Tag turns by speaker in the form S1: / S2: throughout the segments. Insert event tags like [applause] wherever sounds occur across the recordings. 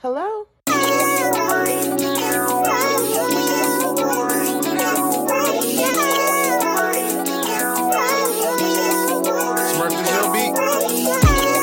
S1: Hello?
S2: Smurf the hell beat.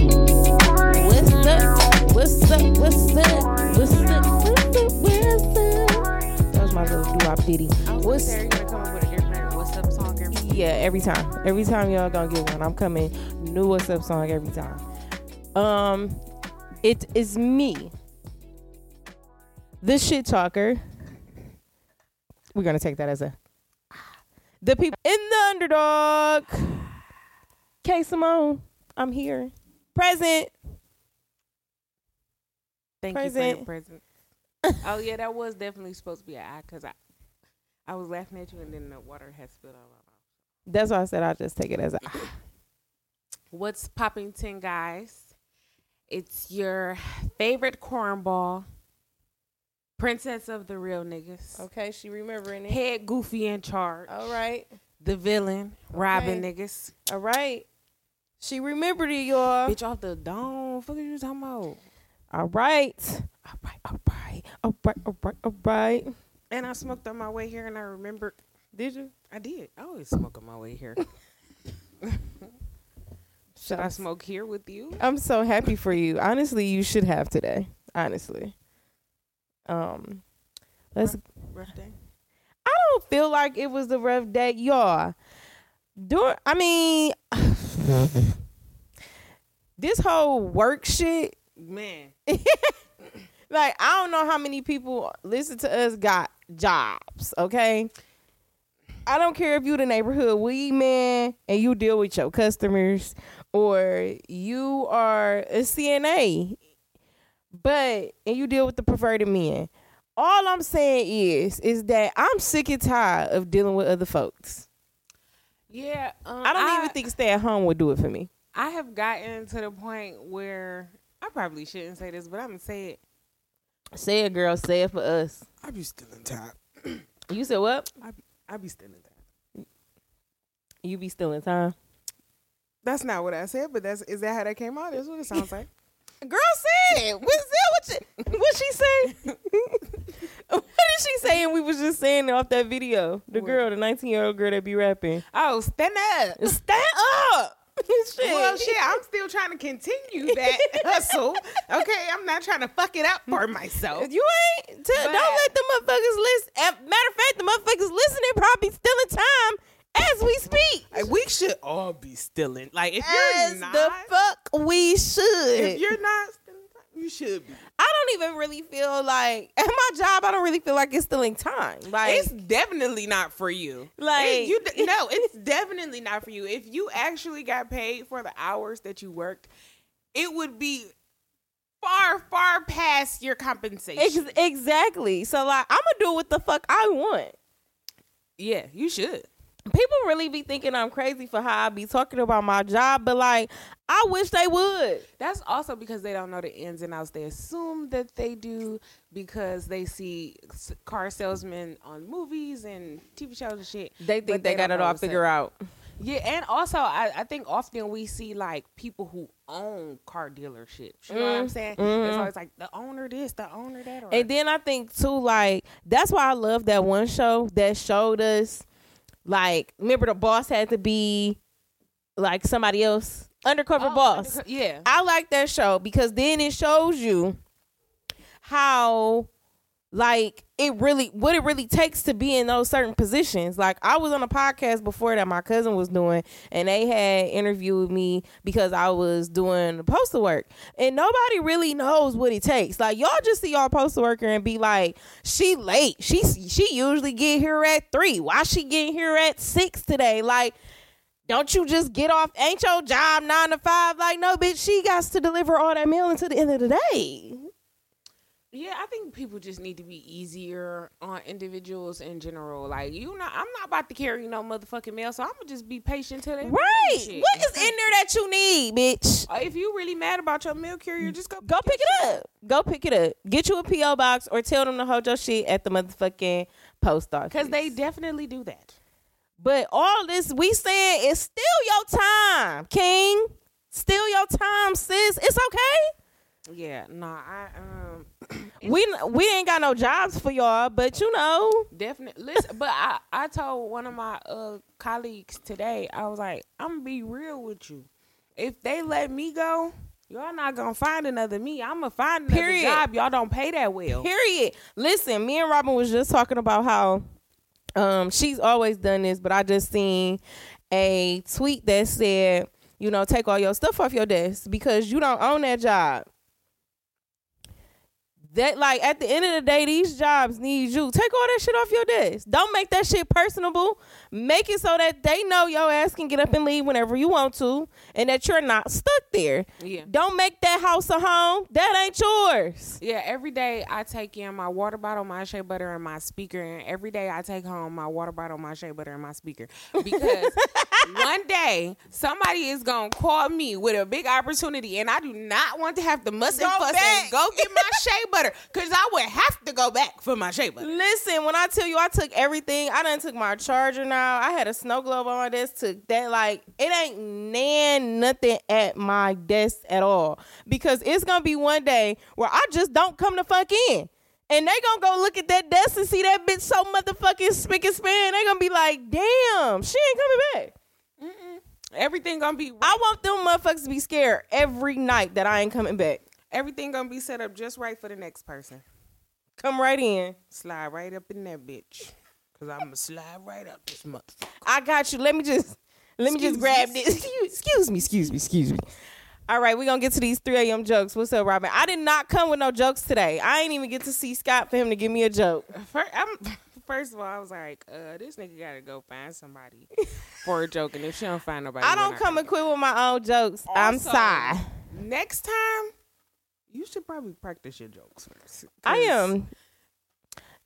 S1: What's up? What's up? What's up? What's up? What's up? What's up? That was my little doo-wop ditty. What's
S3: Sarah, you gonna come up with a different what's up song every
S1: yeah, every time. Every time y'all gonna get one. I'm coming new what's up song every time. Um it is me. The shit talker. We're gonna take that as a the people in the underdog. K Simone, I'm here. Present.
S3: Thank you for your present. oh yeah, that was definitely supposed to be an eye because I, I was laughing at you and then the water had spilled all over.
S1: That's why I said I'll just take it as a
S3: What's popping, ten guys? It's your favorite cornball, princess of the real niggas,
S1: Okay, she remembering
S3: head goofy in charge,
S1: right.
S3: the villain, robbing niggas,
S1: All right. She remembered it, y'all.
S3: bitch off the dome. Fuck are you talking about?
S1: All right. All right, all right, all right, all right, all right.
S3: And I smoked on my way here, and I remembered.
S1: Did you?
S3: I did. I always smoke on my way here. Should I smoke here with you?
S1: I'm so happy for you. Honestly, you should have today. Honestly. Um let's
S3: Rough day.
S1: I don't feel like it was a rough day, y'all. Dur- I mean [sighs] this whole work shit
S3: Man,
S1: like I don't know how many people listen to us got jobs, okay? I don't care if you the neighborhood weed man and you deal with your customers or you are a CNA but and you deal with the perverted men. All I'm saying is is that I'm sick and tired of dealing with other folks.
S3: yeah. Um,
S1: I don't even think stay at home would do it for me.
S3: I have gotten to the point where I probably shouldn't say this, but I'm gonna say it.
S1: Say it girl, say it for us.
S2: I be still in time.
S1: You said what?
S3: I be, I be still in time.
S1: You be still in time.
S3: That's not what I said, but that's is that how that came out? That's what it sounds like.
S1: Girl said it. What's that? What you, what she say? [laughs] what did she say? And we was just saying it off that video. The girl, the nineteen year old girl that be rapping.
S3: [laughs] oh, stand up.
S1: Stand up. [laughs] shit.
S3: Well, shit, I'm still trying to
S1: [laughs]
S3: continue that hustle. Okay, I'm not trying to fuck it up for myself.
S1: You ain't. T-
S3: But-
S1: don't let the motherfuckers listen. Matter of fact, the motherfuckers listening probably still in time as we speak.
S3: Like, we should all be still in. Like if
S1: As
S3: you're not,
S1: the fuck we
S3: if
S1: should.
S3: you're not still in time, you should be.
S1: I don't even really feel like at my job. I don't really feel like it's still in time. Like
S3: It's definitely not for you.
S1: Like-
S3: It- you,
S1: [laughs]
S3: d- no, it's definitely not for you. If you actually got paid for the hours that you worked, it would be far, far past your compensation.
S1: Ex- exactly. So like, I'm gonna do what the fuck I want.
S3: yeah, you should.
S1: People really be thinking I'm crazy for how I be talking about my job, but like, I wish they would.
S3: That's also because they don't know the ins and outs. They assume that they do because they see s- car salesmen on movies and TV shows and shit.
S1: They think
S3: but
S1: they, got
S3: don't
S1: it
S3: know
S1: all
S3: what's up.
S1: figured out.
S3: Yeah, and also I, I think often we see like people who own car dealerships. You know what I'm
S1: Mm,
S3: saying?
S1: mm-hmm.
S3: It's always like the owner this, the owner that, or
S1: And then I think too, like that's why I love that one show that showed us, like, remember the boss had to be, like somebody else, undercover
S3: Oh,
S1: boss.
S3: underco- [laughs] Yeah,
S1: I like that show because then it shows you how like it really what it really takes to be in those certain positions. Like I was on a podcast before that my cousin was doing and they had interviewed me because I was doing the postal work. And nobody really knows what it takes. Like y'all just see y'all postal worker and be like, she late. She she usually get here at three. Why she getting here at six today? Like don't you just get off? Ain't your job nine to five? Like, no, bitch, she got to deliver all that mail until the end of the day.
S3: yeah. Yeah, I think people just need to be easier on individuals in general. Like you not I'm not about to carry no motherfucking mail, so I'm gonna just be patient till they bring me
S1: Right.
S3: shit.
S1: What is in there that you need, bitch?
S3: Uh, If you really mad about your mail carrier, just go
S1: Go pick it up. Go pick it up. Get you a P.O. box or tell them to hold your shit at the motherfucking post office.
S3: because they definitely do that.
S1: But all this we saying is still your time, King. Still your time, sis. It's okay.
S3: Yeah, nah, I um
S1: We we ain't got no jobs for y'all, but you know,
S3: Definitely. Listen, but I, I told one of my uh, colleagues today, I was like, I'm going to be real with you. If they let me go, y'all not going to find another me. I'm going to find another
S1: Period.
S3: job. Y'all don't pay that well.
S1: period. Listen, me and Robin was just talking about how um she's always done this, but I just seen a tweet that said, you know, take all your stuff off your desk because you don't own that job. That like at the end of the day, these jobs need you. Take all that shit off your desk. Don't make that shit personable. Make it so that they know your ass can get up and leave whenever you want to, and that you're not stuck there.
S3: Yeah.
S1: Don't make that house a home. That ain't yours.
S3: Yeah, every day I take in my water bottle, my shea butter, and my speaker. And every day I take home my water bottle, my shea butter, and my speaker.
S1: [laughs]
S3: Because one day somebody is going to call me with a big opportunity, and I do not want to have to muss and
S1: Go
S3: fuss
S1: back.
S3: and go get my shea butter because I would have to go back for my shea butter.
S1: Listen, when I tell you I took everything, I done took my charger now. I had a snow globe on my desk, took that like it ain't nan nothing at my desk at all. Because it's gonna be one day where I just don't come the fuck in. And they gonna go look at that desk and see that bitch so motherfucking spick and span. They gonna be like, damn, she ain't coming back.
S3: Everything gonna be
S1: I want them motherfuckers to be scared every night that I ain't coming back.
S3: everything gonna be set up just right for the next person.
S1: Come right in.
S3: Slide right up in that bitch, cause I'ma slide right up this motherfucker.
S1: I got you. Let me just let me just grab this. [laughs] Excuse- Excuse me, excuse me, excuse me. All right, we're gonna get to these 3 a.m. jokes. What's up, Robin? I did not come with no jokes today. I ain't even get to see Scott for him to give me a
S3: [laughs]
S1: joke.
S3: First, I'm, first of all, I was like, uh, this nigga gotta go find somebody for a joke, and if she don't find nobody,
S1: I
S3: we're
S1: don't
S3: not
S1: come
S3: gonna-
S1: equipped with my own jokes. I'm
S3: Also,
S1: sorry.
S3: Next time, you should probably practice your jokes first. 'cause-
S1: I am.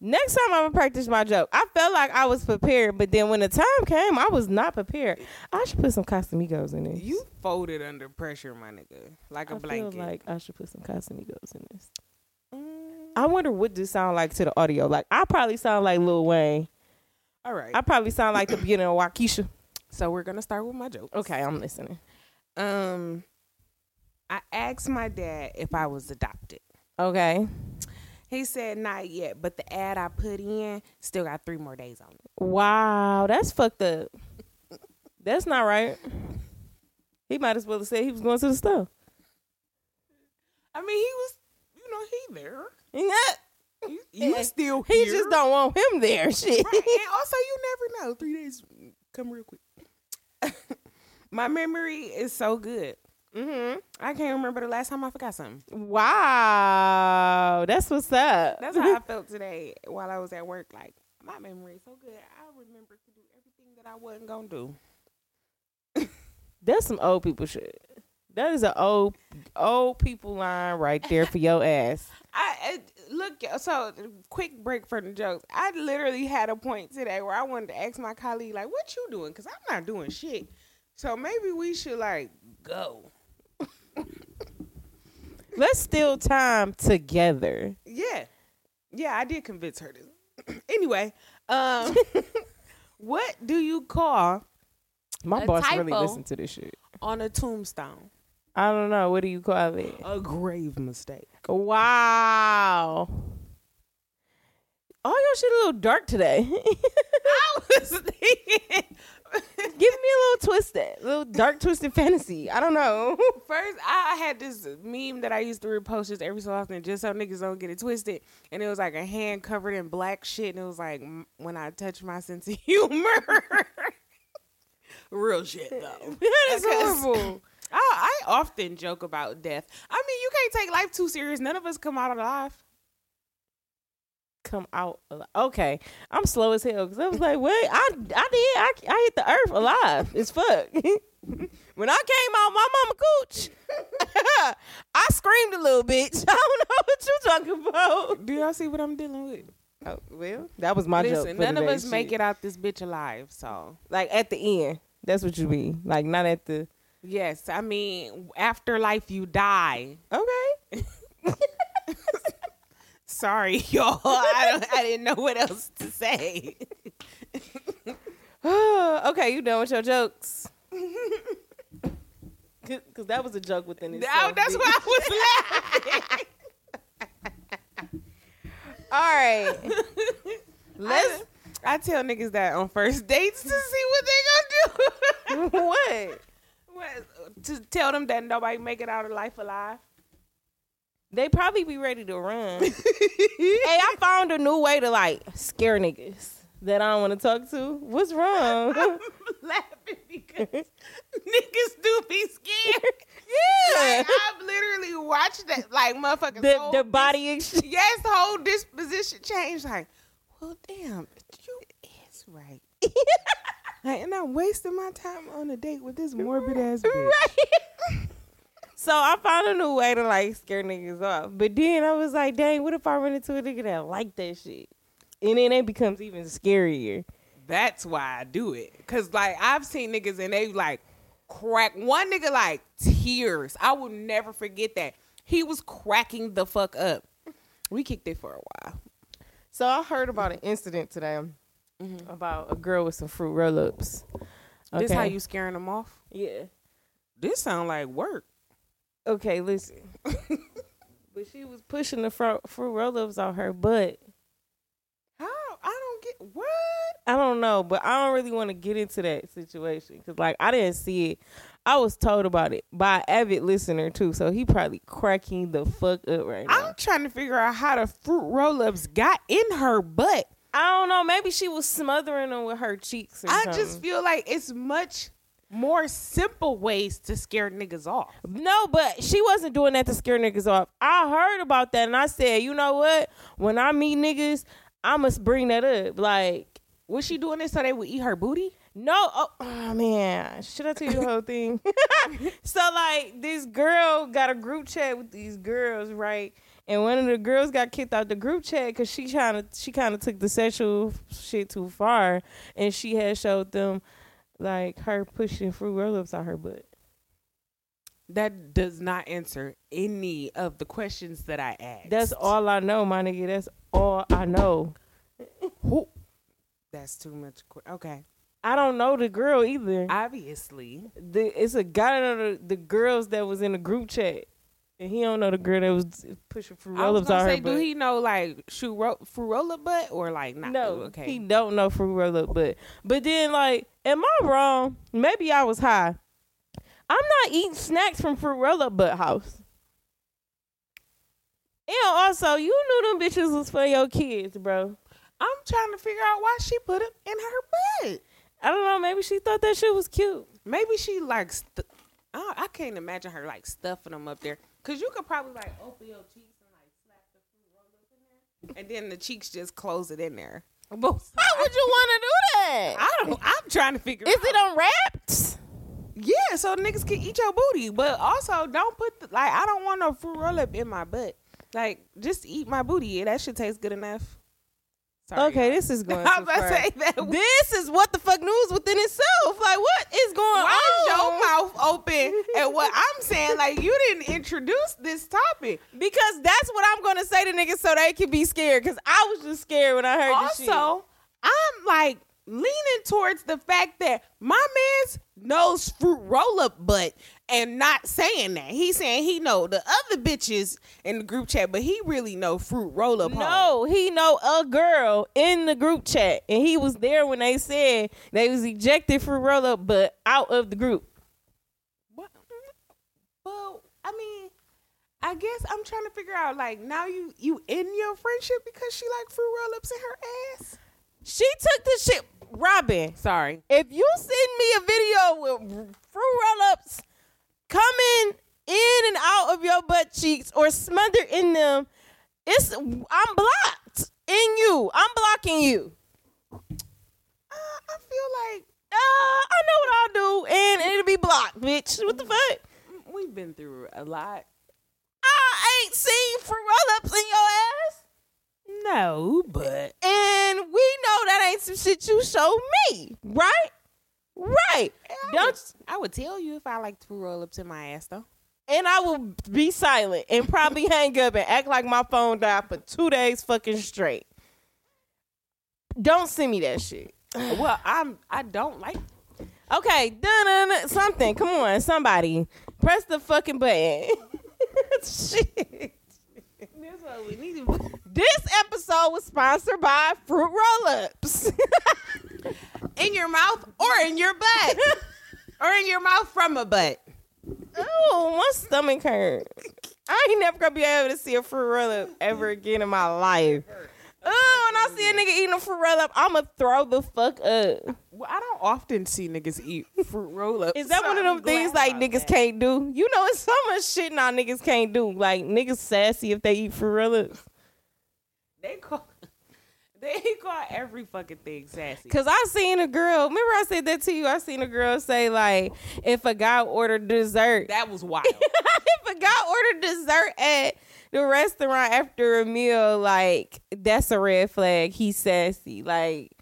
S1: Next time I'm gonna practice my joke. I felt like I was prepared, but then when the time came, I was not prepared. I should put some Casamigos in this.
S3: You folded under pressure, my nigga, like a
S1: I feel
S3: blanket.
S1: like I should put some Casamigos in this.
S3: Mm,
S1: I wonder what this sound like to the audio. Like I probably sound like Lil Wayne.
S3: all right.
S1: I probably sound like the beginning of Waukesha.
S3: so we're gonna start with my joke.
S1: Okay, I'm listening.
S3: Um, I asked my dad if I was adopted.
S1: Okay.
S3: He said not yet, but the ad I put in still got three more days on it.
S1: Wow, that's fucked up. That's not right. He might as well have said he was going to the store.
S3: I mean, he was, you know, he there.
S1: He
S3: You, you [laughs] still here.
S1: just don't want him there. [laughs] Shit.
S3: Right. And also, you never know. Three days come real quick. [laughs] my memory is so good.
S1: hmm
S3: I can't remember the last time I forgot something.
S1: Wow, that's what's up.
S3: That's how I felt today while I was at work. Like my memory is so good. I remember to do everything that I wasn't gonna do.
S1: That's some old people shit. That is an old old people line right there for your ass.
S3: I, I look so quick break for the jokes. I literally had a point today where I wanted to ask my colleague like, "What you doing?" Because I'm not doing shit. So maybe we should like go.
S1: Let's steal time together.
S3: Yeah, yeah, I did convince her to. [clears throat] anyway, um, what do you call
S1: My
S3: A
S1: boss really
S3: typo.
S1: listened to this shit.
S3: on a tombstone?
S1: I don't know. What do you call it?
S3: A grave mistake.
S1: Wow. All your shit a little dark today. [laughs]
S3: I [laughs] was thinking.
S1: Give me a little twisted, little dark twisted fantasy. I don't know. [laughs]
S3: [laughs] First, I had this meme that I used to repost just every so often, just so niggas don't get it twisted. And it was like a hand covered in black shit, and it was like "M- when I touch my sense of [laughs] humor. Real shit [laughs] though.
S1: That is
S3: Because
S1: horrible.
S3: [laughs] I, I often joke about death. I mean, you can't take life too serious. None of us come out alive.
S1: come out. al- Okay, I'm slow as hell because I was like, wait, I I did I, I hit the earth alive as fuck. [laughs] when I came out, my mama cooch, [laughs] I screamed a little bitch. [laughs] I don't know what you talking about.
S3: Do y'all see what I'm dealing with?
S1: Oh, well, that was my joke.
S3: Listen,
S1: for
S3: none of
S1: today,
S3: us make
S1: shit.
S3: it out this bitch alive. So
S1: like at the end. That's what you mean. Like not at the
S3: yes, I mean after life you die.
S1: okay.
S3: Sorry, [laughs] y'all. I, don't, I didn't know what else to say.
S1: [sighs] okay, you done with your
S3: [laughs]
S1: jokes? Because that was a joke within itself.
S3: Oh, that's
S1: bitch.
S3: why I was laughing.
S1: All right. Let's
S3: I tell niggas that on first dates to see what they gonna
S1: [laughs]
S3: do. [laughs]
S1: what?
S3: What- to tell them that nobody make it out of life alive. [laughs]
S1: They probably be ready to run. hey, I found a new way to like scare niggas that I don't want to talk to. What's
S3: [laughs]
S1: wrong?
S3: laughing because niggas do be scared. [laughs]
S1: yeah.
S3: Like, I've literally watched that, like
S1: [laughs]
S3: motherfuckers.
S1: The
S3: whole-
S1: the body exchange.
S3: yes, whole disposition changed. Like, well, damn, you is right. like, and I'm wasting my time on a date with this morbid ass bitch.
S1: So I found a new way to like scare niggas off. But then I was like, dang, what if I run into a nigga that like that shit? And then it becomes even scarier.
S3: That's why I do it. Cause like I've seen niggas and they like crack one nigga like tears. I will never forget that. He was cracking the fuck up. We kicked it for a while.
S1: So I heard about an incident today about a girl with some fruit roll ups.
S3: Mm-hmm. This how you scaring them off?
S1: Yeah.
S3: This sound like work.
S1: Okay, [laughs] listen. but she was pushing the fruit, fruit roll ups on her butt.
S3: How? I don't get what?
S1: I don't know, but I don't really want to get into that situation because, like, I didn't see it. I was told about it by an avid listener too, so he probably cracking the fuck up right now.
S3: I'm trying to figure out how the fruit roll ups got in her butt.
S1: I don't know. Maybe she was smothering him with her cheeks. Or
S3: I
S1: something.
S3: just feel like it's much more simple ways to scare niggas off.
S1: no, but she wasn't doing that to scare niggas off. I heard about that and I said, you know what? When I meet niggas, I must bring that up. Like,
S3: Was she doing this so they would eat her booty?
S1: No, oh, oh, man, should I tell you the whole thing? [laughs] so like this girl got a group chat with these girls, right? And one of the girls got kicked out the group chat because she kind of she kind of took the sexual shit too far, and she had showed them like her pushing fruit roll ups on her butt.
S3: That does not answer any of the questions that I asked.
S1: That's all I know, my nigga. That's all I know.
S3: Who- That's too much. que- Okay.
S1: I don't know the girl
S3: Mm-hmm.
S1: either.
S3: Obviously,
S1: the it's a guy that know the, the girls that was in the group chat, and he don't know the girl that was pushing fruit
S3: I
S1: roll
S3: was
S1: ups on
S3: gonna
S1: her
S3: say, do
S1: butt.
S3: he know like shoe ro- frurola butt or like not?
S1: no,
S3: Ah, okay.
S1: he don't know fruit roll up. But but then like, am I wrong? Maybe I was high. I'm not eating snacks from fruit roll up butt house. And also, you knew them bitches was for your kids, bro.
S3: I'm trying to figure out why she put him in her butt.
S1: I don't know. Maybe she thought that shit was cute.
S3: Maybe she like. St- I, I can't imagine her like stuffing them up there because you could probably like open your cheeks and like slap the fruit roll up in there, and then the cheeks just close it in there. But
S1: Why would you want to do that?
S3: I don't. I'm trying to figure.
S1: Is
S3: out.
S1: it unwrapped?
S3: Yeah, so niggas can eat your booty, but also don't put the, like I don't want no fruit roll up in my butt. Like just eat my booty. Yeah, that shit tastes good enough. Sorry,
S1: Okay,
S3: y'all.
S1: this is going.
S3: I
S1: too
S3: was about to
S1: far.
S3: say that.
S1: This is what the fuck news within itself. Like, what is going
S3: [laughs] Why is
S1: on?
S3: your mouth open? And what I'm saying, like you didn't introduce this topic.
S1: Because that's what I'm gonna say to niggas so they can be scared. Because I was just scared when I heard this shit.
S3: Also, I'm like leaning towards the fact that my man's knows fruit roll up butt and not saying that. He's saying he know the other bitches in the group chat, but he really know fruit roll up.
S1: No, he know a girl in the group chat, and he was there when they said they was ejected for roll up, but out of the group.
S3: What? Well, I mean, I guess I'm trying to figure out like now you you in your friendship because she like fruit roll ups in her ass.
S1: She took the shit, Robin.
S3: Sorry,
S1: If you send me a video with fruit roll ups coming in and out of your butt cheeks or smothered in them, it's I'm blocked. in you. I'm blocking you.
S3: Uh, I feel like
S1: Uh, I know what I'll do, and it'll be blocked, bitch. What the fuck?
S3: we've been through a lot.
S1: I ain't seen for roll ups in your ass.
S3: No, but
S1: And we know that ain't some shit you showed me, right? Right. Don't
S3: I would tell you if I like to roll up to my ass though.
S1: and I will be silent and probably hang up and act like my phone died for two days fucking straight. Don't send me that shit.
S3: well, I'm I don't like
S1: Okay, done something. Come on, somebody. Press the fucking button. [laughs] shit.
S3: That's what we need.
S1: This episode was sponsored by Fruit Roll Ups.
S3: In your mouth or in your [laughs] butt. or in your mouth from a butt.
S1: [laughs] Oh, my stomach hurt. I ain't never gonna be able to see a fruit roll up ever again in my life. Oh, when I see a nigga eating a fruit roll up, I'ma throw the fuck up.
S3: Well, I don't often see niggas eat fruit roll ups.
S1: Is that one of them things like niggas can't do? You know, it's so much shit now niggas can't do. Like niggas sassy if they eat fruit roll ups.
S3: They call [laughs] they call every fucking thing sassy.
S1: Cause I seen a girl. Remember I said that to you. I seen a girl say like, if a guy ordered dessert,
S3: That was
S1: [laughs]
S3: wild.
S1: if a guy ordered dessert at the restaurant after a meal, like that's a red flag. He's sassy. Like,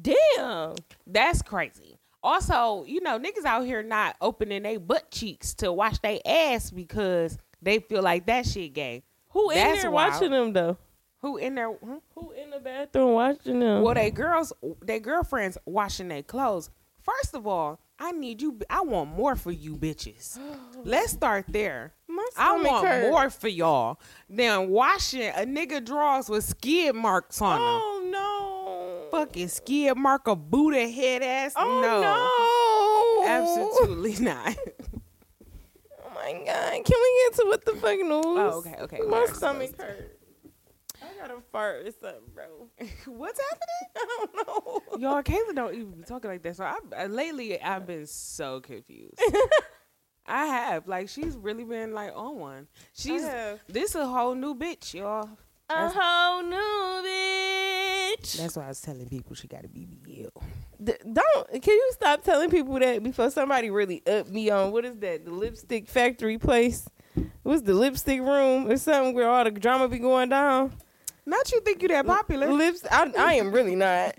S1: damn.
S3: That's crazy. Also, you know, niggas out here not opening their butt cheeks to wash their ass because they feel like that shit gay.
S1: Who in
S3: That's
S1: there
S3: wild.
S1: watching them though?
S3: Who in there? hmm?
S1: Who in the bathroom watching them?
S3: Well, they girls, they girlfriends washing their clothes. First of all, I need you. I want more for
S1: [gasps]
S3: you, bitches. Let's start there.
S1: My
S3: I
S1: stomach
S3: want
S1: hurt.
S3: more for y'all than washing a nigga drawers with skid marks on them.
S1: Oh no.
S3: Fucking skid mark a Buddha head ass.
S1: Oh no.
S3: absolutely [laughs] not.
S1: Oh my god. Can we get to what the fuck news?
S3: Oh, okay, okay.
S1: My
S3: Okay.
S1: stomach hurt. I gotta fart or something, [laughs] bro.
S3: What's happening?
S1: I don't know.
S3: Y'all, Kayla don't even be talking like that. So I, I lately, I've been
S1: [laughs]
S3: so confused. I have like she's really been like on one. She's
S1: have.
S3: this a whole new bitch, y'all.
S1: A whole new bitch.
S3: That's why I was telling people she got a BBL.
S1: Th- don't can you stop telling people that before somebody really up me on what is that the lipstick factory place what's the lipstick room or something where all the drama be going down
S3: Not you think you that popular?
S1: lips i, I am really
S3: [laughs]
S1: not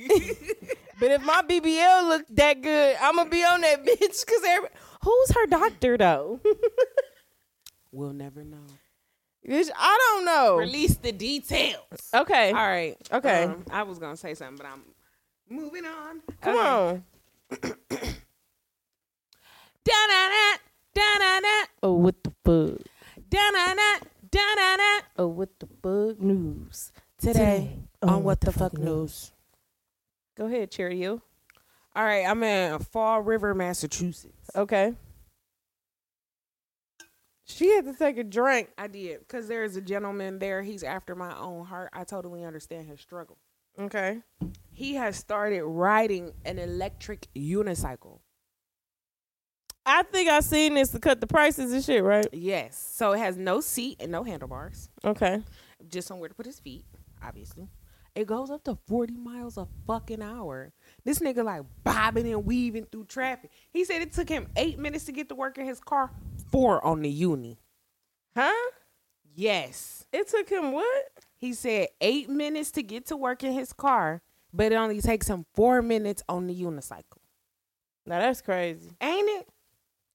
S1: but if my bbl look that good i'ma be on that bitch because every- who's her doctor
S3: [laughs]
S1: though
S3: We'll never know.
S1: bitch i don't know
S3: Release the details.
S1: okay
S3: All right.
S1: Okay.
S3: Um, I was gonna say something, but I'm moving on.
S1: come
S3: Okay.
S1: on
S3: Da-na-na, da-na-na,
S1: oh what the fuck
S3: da-na-na, da-na-na.
S1: oh what the fuck news oh,
S3: Today on Oh, What the Fuck News.
S1: go ahead cherry you
S3: All right, I'm in Fall River, Massachusetts.
S1: Okay. She had to take a drink.
S3: I did because there is a gentleman there. He's after my own heart. I totally understand his struggle.
S1: Okay.
S3: He has started riding an electric unicycle.
S1: I think I seen this to cut the prices and shit, right?
S3: Yes, so it has no seat and no handlebars,
S1: Okay.
S3: just somewhere to put his feet. Obviously, it goes up to forty miles a fucking hour. This nigga like bobbing and weaving through traffic. He said it took him eight minutes to get to work in his car, four on the uni.
S1: Huh?
S3: Yes.
S1: It took him what?
S3: He said eight minutes to get to work in his car, but it only takes him four minutes on the unicycle.
S1: Now that's crazy.
S3: Ain't it?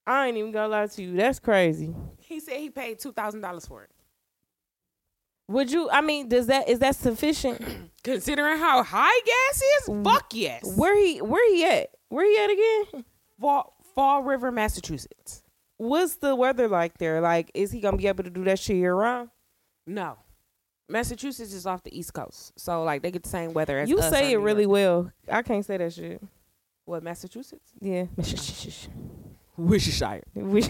S1: I ain't even gonna lie to you. That's crazy.
S3: He said he paid two thousand dollars for it.
S1: Would you I mean, does that is that
S3: [clears throat]
S1: sufficient?
S3: Considering how high gas is, fuck yes.
S1: Where he where he at? Where he at again?
S3: Fall, Fall River, Massachusetts.
S1: What's the weather like there? Like, is he gonna be able to do that shit year round?
S3: No, Massachusetts is off the East Coast, so like they get the same weather as
S1: You
S3: us or
S1: say it
S3: New
S1: really
S3: York.
S1: well. I can't say that shit.
S3: What Massachusetts? [laughs]
S1: Yeah. [laughs]
S3: Worcestershire.
S1: Wish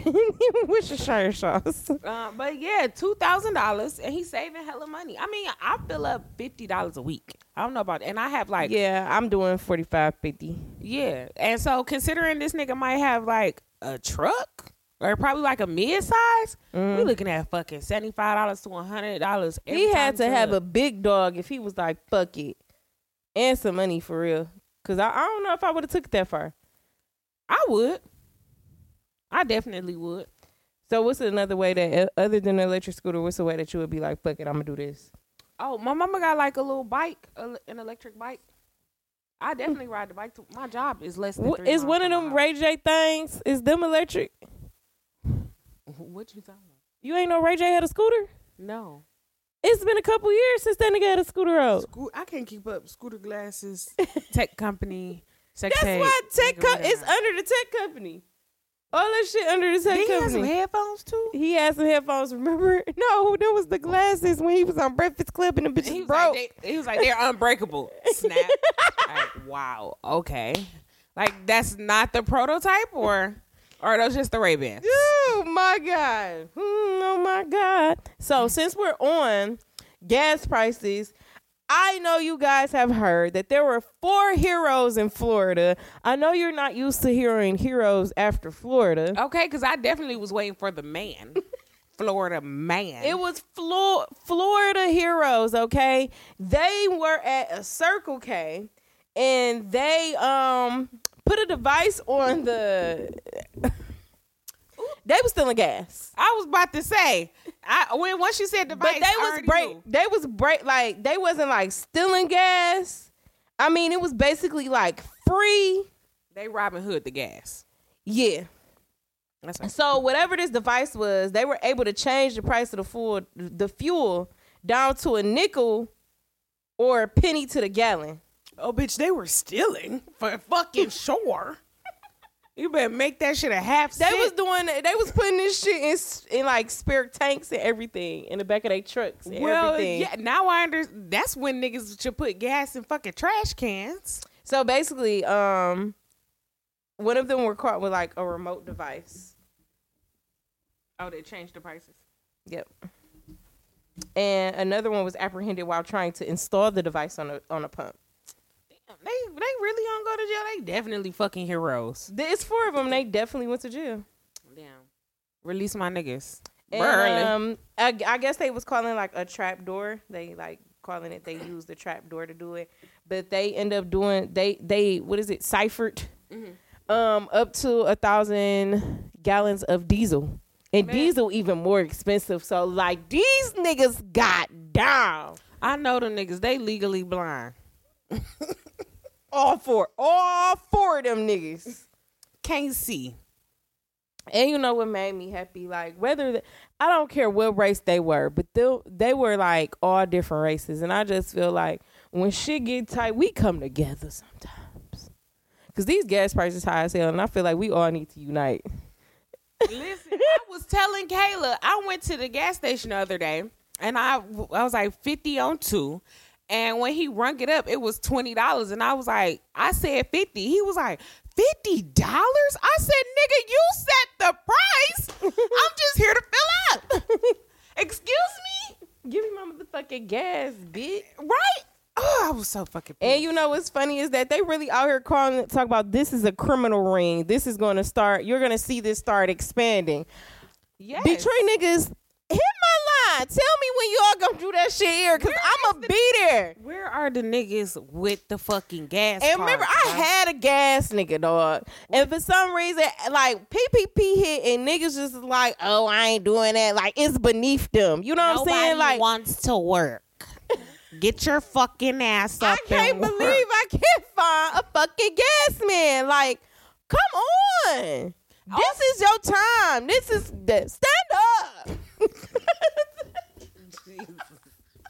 S1: Worcestershire sauce.
S3: Uh, but yeah, two thousand dollars, and he's saving hella money. I mean, I fill up fifty dollars a week. I don't know about, and I have like
S1: yeah, I'm doing 45, 50.
S3: Yeah. And so considering this nigga might have like a truck, or probably like a mid size, we looking at fucking seventy five dollars to one hundred dollars.
S1: Mm. he had to have a big dog if he was like fuck it and some money for real because I, I don't know if i would have took it that far
S3: I would. I definitely would.
S1: so what's another way that o- other than an electric scooter what's the way that you would be like fuck it i'm gonna do this
S3: Oh, my mama got like a little bike, a, an electric bike. I definitely ride the bike. To, my job is less than.
S1: Wh-
S3: three
S1: is
S3: miles
S1: one of
S3: from
S1: them
S3: my
S1: ray j things is them electric
S3: house. What you talking about?
S1: you ain't know ray j had a scooter
S3: No,
S1: it's been a couple years since that nigga had a scooter out
S3: Scoo- I can't keep up. Scooter glasses, [laughs] tech company, sex
S1: that's
S3: tape,
S1: why tech
S3: nigga,
S1: co-
S3: whatever.
S1: it's under the tech company all that shit under the tech
S3: Did he have
S1: company
S3: some headphones too?
S1: He had some headphones, remember? [laughs] No, there was the glasses when he was on Breakfast Club and the bitches
S3: He was,
S1: broke.
S3: Like, they, he was like, they're unbreakable. Snap. like, wow. Okay. Like, that's not the prototype, or or those just the Ray Bans?
S1: oh my God. Hmm, oh my God. So, since we're on gas prices, I know you guys have heard that there were four heroes in Florida. I know you're not used to hearing heroes after Florida.
S3: Okay, because I definitely was waiting for the man, Florida man.
S1: It was Flo- Florida heroes, okay? They were at a Circle K and they um put a device on the [laughs] They was stealing gas.
S3: I was about to say, I when once you said
S1: But
S3: device,
S1: they
S3: I
S1: was
S3: already
S1: break
S3: knew.
S1: they was break like they wasn't like stealing gas. I mean, it was basically like free.
S3: They Robin Hood the gas.
S1: Yeah.
S3: That's right.
S1: So whatever this device was, they were able to change the price of the fuel, the fuel down to a nickel or a penny to the gallon.
S3: Oh, bitch, they were stealing for fucking sure. you better make that shit a half.
S1: They
S3: cent.
S1: was doing, they was putting this shit in, s- in like spare tanks and everything in the back of their trucks and
S3: Well,
S1: everything.
S3: yeah. Now I understand. That's when niggas should put gas in fucking trash cans.
S1: So basically, um, one of them were caught with like a remote device.
S3: Oh, they changed the prices.
S1: Yep. And another one was apprehended while trying to install the device on a on a pump.
S3: Damn, they they really don't go to jail. They definitely fucking heroes.
S1: There's four of them. They definitely went to jail.
S3: Damn. Release my niggas. Burley.
S1: And, um, I, I guess they was calling like a trap door. They like calling it. They use the trap door to do it, but they end up doing they they what is it ciphered, um, up to a thousand gallons of diesel, and diesel even more expensive. So like these niggas got down.
S3: I know them niggas. They legally blind.
S1: [laughs] All four, all four of them niggas.
S3: Can't see.
S1: And you know what made me happy? Like whether the, I don't care what race they were, but they they were like all different races, and I just feel like when shit get tight, we come together sometimes. Cause these gas prices high as hell, and I feel like we all need to unite.
S3: Listen, I was telling Kayla, I went to the gas station the other day and I, I was like 50 on two. And when he rung it up, it was $20. And I was like, I said 50. He was like, $50? I said, nigga, you set the price. I'm just here to fill
S1: [laughs]
S3: up. Excuse me?
S1: Give me my motherfucking gas, bitch.
S3: Right? Oh, I was so fucking pissed.
S1: And you know what's funny is that they really out here calling talk about this is a criminal ring. This is going to start. You're going to see this start expanding.
S3: Yes.
S1: Detroit niggas, hit my line. Tell me when y'all gonna do that shit here, cause I'ma be there.
S3: Where are the niggas with the fucking gas?
S1: And remember,
S3: cards,
S1: I
S3: bruh?
S1: had a gas nigga dog, and for some reason, like PPP hit, and niggas just like, oh, I ain't doing that. Like it's beneath them. You know what I'm saying? Like
S3: wants to
S1: [laughs]
S3: work. Get your fucking ass
S1: I can't believe I can't find a fucking gas man. Like, come on. This is your time. This is the stand up. [laughs]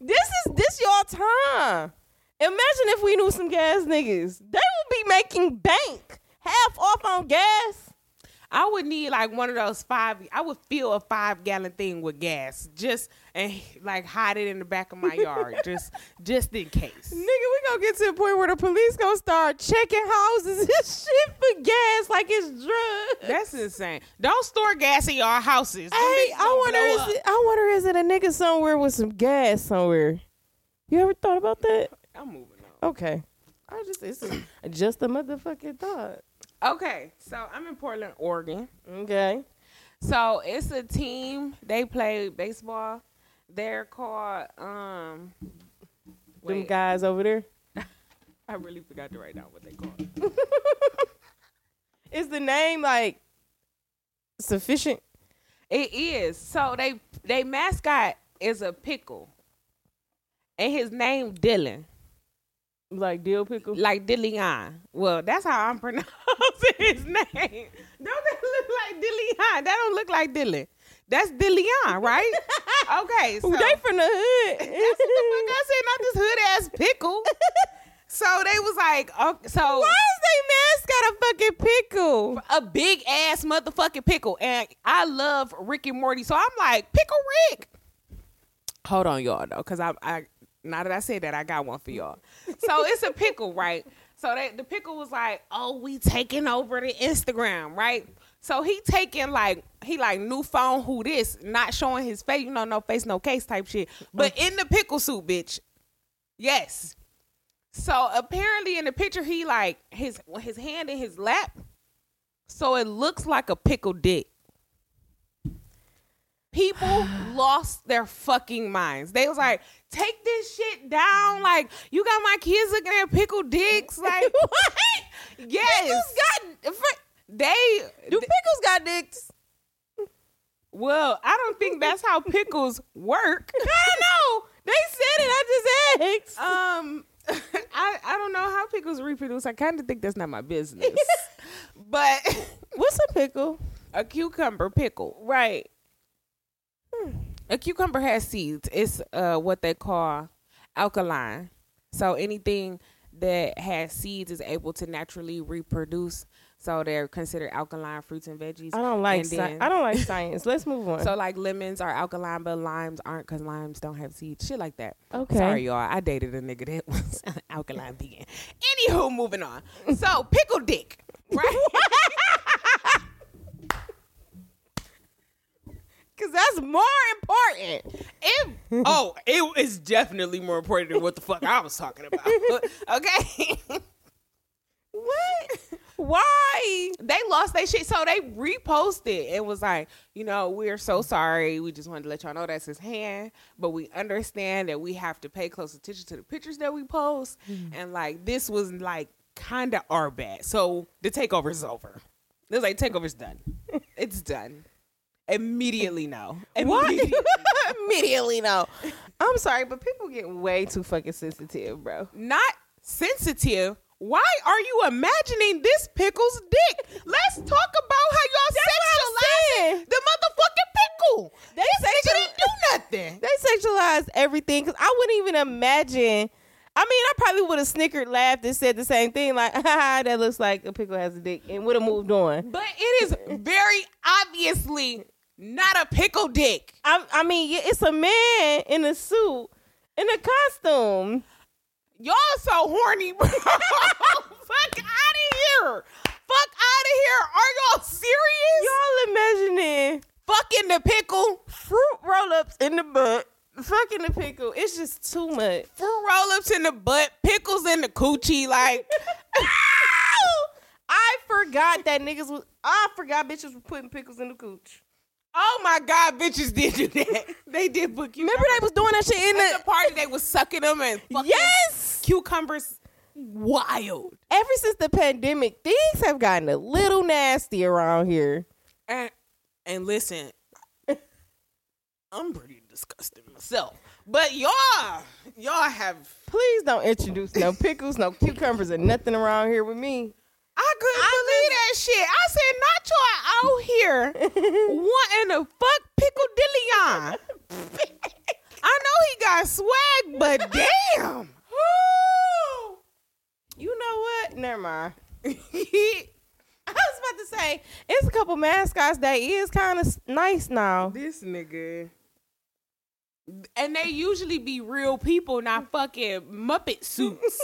S1: this is this your time. Imagine if we knew some gas niggas. They would be making bank half off on gas.
S3: I would need like one of those five. I would fill a five gallon thing with gas, just and like hide it in the back of
S1: [laughs]
S3: my yard, just just in case.
S1: Nigga, we gonna get to the point where the police gonna start checking houses [laughs] and shit for gas like it's drugs.
S3: That's insane. Don't store gas in y'all houses. Them
S1: Hey,
S3: bitches
S1: I
S3: gonna blow
S1: wonder is
S3: up.
S1: it, I wonder is it a nigga somewhere with some gas somewhere? You ever thought about that?
S3: I'm moving on.
S1: Okay. I just it's just a motherfucking thought.
S3: Okay, so I'm in Portland, Oregon.
S1: Okay.
S3: So it's a team. They play baseball. They're called um.
S1: Them
S3: wait,
S1: guys over there.
S3: I really forgot to write down what they called.
S1: Is the name like sufficient?
S3: It is. So they they mascot is a pickle, and his name Dylan,
S1: Like dill pickle?
S3: like Dillion. Well, that's how I'm [laughs] pronouncing his name. Don't that look like Dillion? That don't look like Dylan. That's
S1: [laughs]
S3: Dillion, right? okay. So
S1: Ooh, they from the hood.
S3: Like I said, not this hood ass pickle. so they was like, okay, so
S1: Why is they mascot a fucking pickle?
S3: a big ass motherfucking pickle, and I love Rick and Morty, so I'm like, pickle Rick. Hold on, y'all, though, because I, I now that I said that, I got one for y'all. So it's a pickle, right? So they, the pickle was like, oh, we taking over the Instagram, right? So he taking like he like new phone who this not showing his face you know no face no case type shit but in the pickle suit bitch yes so apparently in the picture he like his his hand in his lap so it looks like a pickle dick.
S1: [sighs]
S3: People lost their fucking minds. They was like, take this shit down. Like, you got my kids looking at pickle dicks. Like,
S1: [laughs] what?
S3: yes.
S1: Pickles got fr-
S3: They,
S1: Do pickles got dicks?
S3: well, I don't think that's how pickles work.
S1: [laughs] I don't know. They said it. I just asked.
S3: Um, [laughs] I, I don't know how pickles reproduce. I kind of think that's not my
S1: [laughs]
S3: business. [laughs] but
S1: What's a pickle?
S3: a cucumber pickle.
S1: Right. Hmm.
S3: A cucumber has seeds. It's uh what they call alkaline. So anything that has seeds is able to naturally reproduce. So they're considered alkaline fruits and veggies.
S1: [laughs] I don't like
S3: And
S1: sci-
S3: then-
S1: I don't like science. Let's move on. [laughs]
S3: So like lemons are alkaline, but limes aren't because limes don't have seeds. Shit like that.
S1: Okay.
S3: Sorry, y'all. I dated a nigga that [laughs] was an alkaline vegan. Anywho, moving on. So pickle dick, right? [laughs]
S1: Cause that's more important.
S3: It, oh, it is definitely more important than what the fuck I was talking about. [laughs] okay. [laughs] what?
S1: Why?
S3: They lost their shit, so they reposted and was like, you know, we're so sorry. We just wanted to let y'all know that's his hand, but we understand that we have to pay close attention to the pictures that we post, and like this was like kind of our bad. So the takeover is over. It was like takeover's done. it's done. Immediately no. [laughs] Immediately.
S1: Immediately no. I'm sorry, but people get way too fucking sensitive, bro.
S3: not sensitive. Why are you imagining this pickle's dick? Let's talk about how y'all sexualizing the motherfucking pickle.
S1: They
S3: this nigga
S1: sexual-
S3: didn't do nothing.
S1: They sexualize everything because I wouldn't even imagine. I mean, I probably would have snickered, laughed, and said the same thing, like, [laughs] "Ha, that looks like a pickle has a dick," and would have moved on.
S3: But it is very obviously not a pickle dick.
S1: I, I mean, yeah, it's a man in a suit, in a costume.
S3: Y'all so horny, [laughs] bro. Fuck out of here. Fuck out of here. Are y'all serious?
S1: Y'all imagining
S3: Fucking the pickle.
S1: fruit roll-ups in the butt, fucking the pickle. It's just too much.
S3: Fruit roll-ups in the butt. Pickles in the coochie. Like,
S1: I forgot that niggas was. I forgot bitches were putting pickles in the cooch.
S3: Oh my God, bitches did do that. [laughs] They did book you.
S1: Remember they was doing that shit in
S3: at the
S1: the.
S3: party they was sucking them and fucking
S1: Yes.
S3: cucumbers wild.
S1: Ever since the pandemic, things have gotten a little nasty around here.
S3: And and listen, I'm pretty disgusted myself. But y'all, y'all have
S1: Please don't introduce no pickles, no cucumbers, and nothing around here with me.
S3: I couldn't believe that shit. I said, not y'all out here [laughs] wanting to fuck Pickle Dillion. [laughs] I know he got swag, but [laughs] damn.
S1: You know what? Never mind. [laughs]
S3: [laughs]
S1: I was about to say it's a couple mascots that is kind of nice now.
S3: This nigga. And they usually be real people, not fucking Muppet [laughs] suits.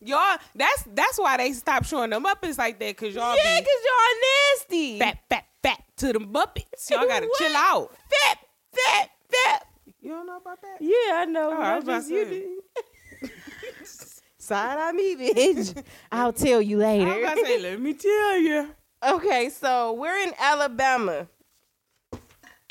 S3: y'all, that's that's why they stopped showing the Muppets like that, cause y'all
S1: Yeah,
S3: be
S1: cause y'all nasty.
S3: fat, fat, fat to the Muppets. Y'all gotta
S1: What?
S3: chill out.
S1: fat, fat, fat.
S3: You don't know Oh, about that?
S1: Yeah, I know.
S3: I was about to say.
S1: did. [laughs] Side eye me, bitch.
S3: [laughs]
S1: I'll tell you
S3: I'm
S1: later.
S3: about to say, let me tell you.
S1: Okay, so we're in Alabama.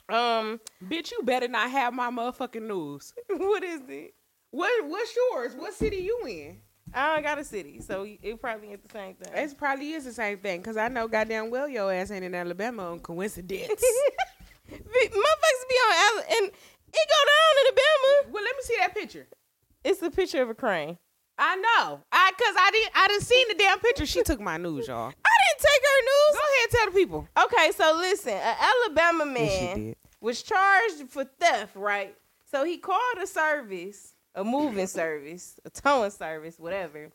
S1: Um, [laughs]
S3: Bitch, you better not have my motherfucking news.
S1: what is it?
S3: What what's yours? What city you in?
S1: I don't got a city, so it probably ain't the same thing. [laughs]
S3: It probably is the same thing, cause I know goddamn well your ass ain't in Alabama on coincidence. [laughs]
S1: Be- Motherfuckers be on Ala- and it go down in Alabama.
S3: well, let me see that picture.
S1: It's a picture of a crane.
S3: I know. I cause I didn't I done seen the damn picture. She took my news, y'all.
S1: I didn't take her
S3: Go
S1: news.
S3: ahead, tell the people.
S1: Okay, so listen, an Alabama man
S3: Yes, she did.
S1: was charged for theft, right? So he called a service, a moving service, a towing service, whatever,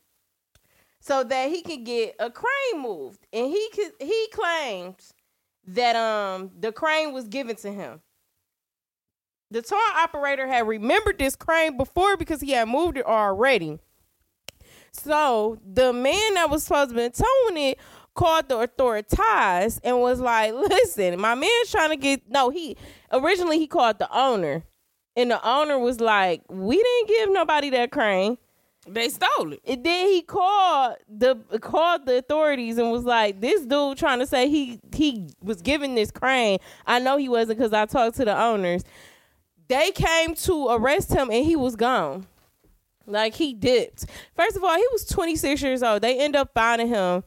S1: so that he could get a crane moved. And he could, he claims that um the crane was given to him. The towing operator had remembered this crane before because he had moved it already. So the man that was supposed to be towing it called the authorities and was like, "Listen, my man's trying to get no. He originally he called the owner, and the owner was like, "We didn't give nobody that crane."
S3: They stole it.
S1: And then he called the called the authorities and was like, "This dude trying to say he he was giving this crane. I know he wasn't because I talked to the owners. They came to arrest him and he was gone. Like he dipped. First of all, he was 26 years old. They end up finding him.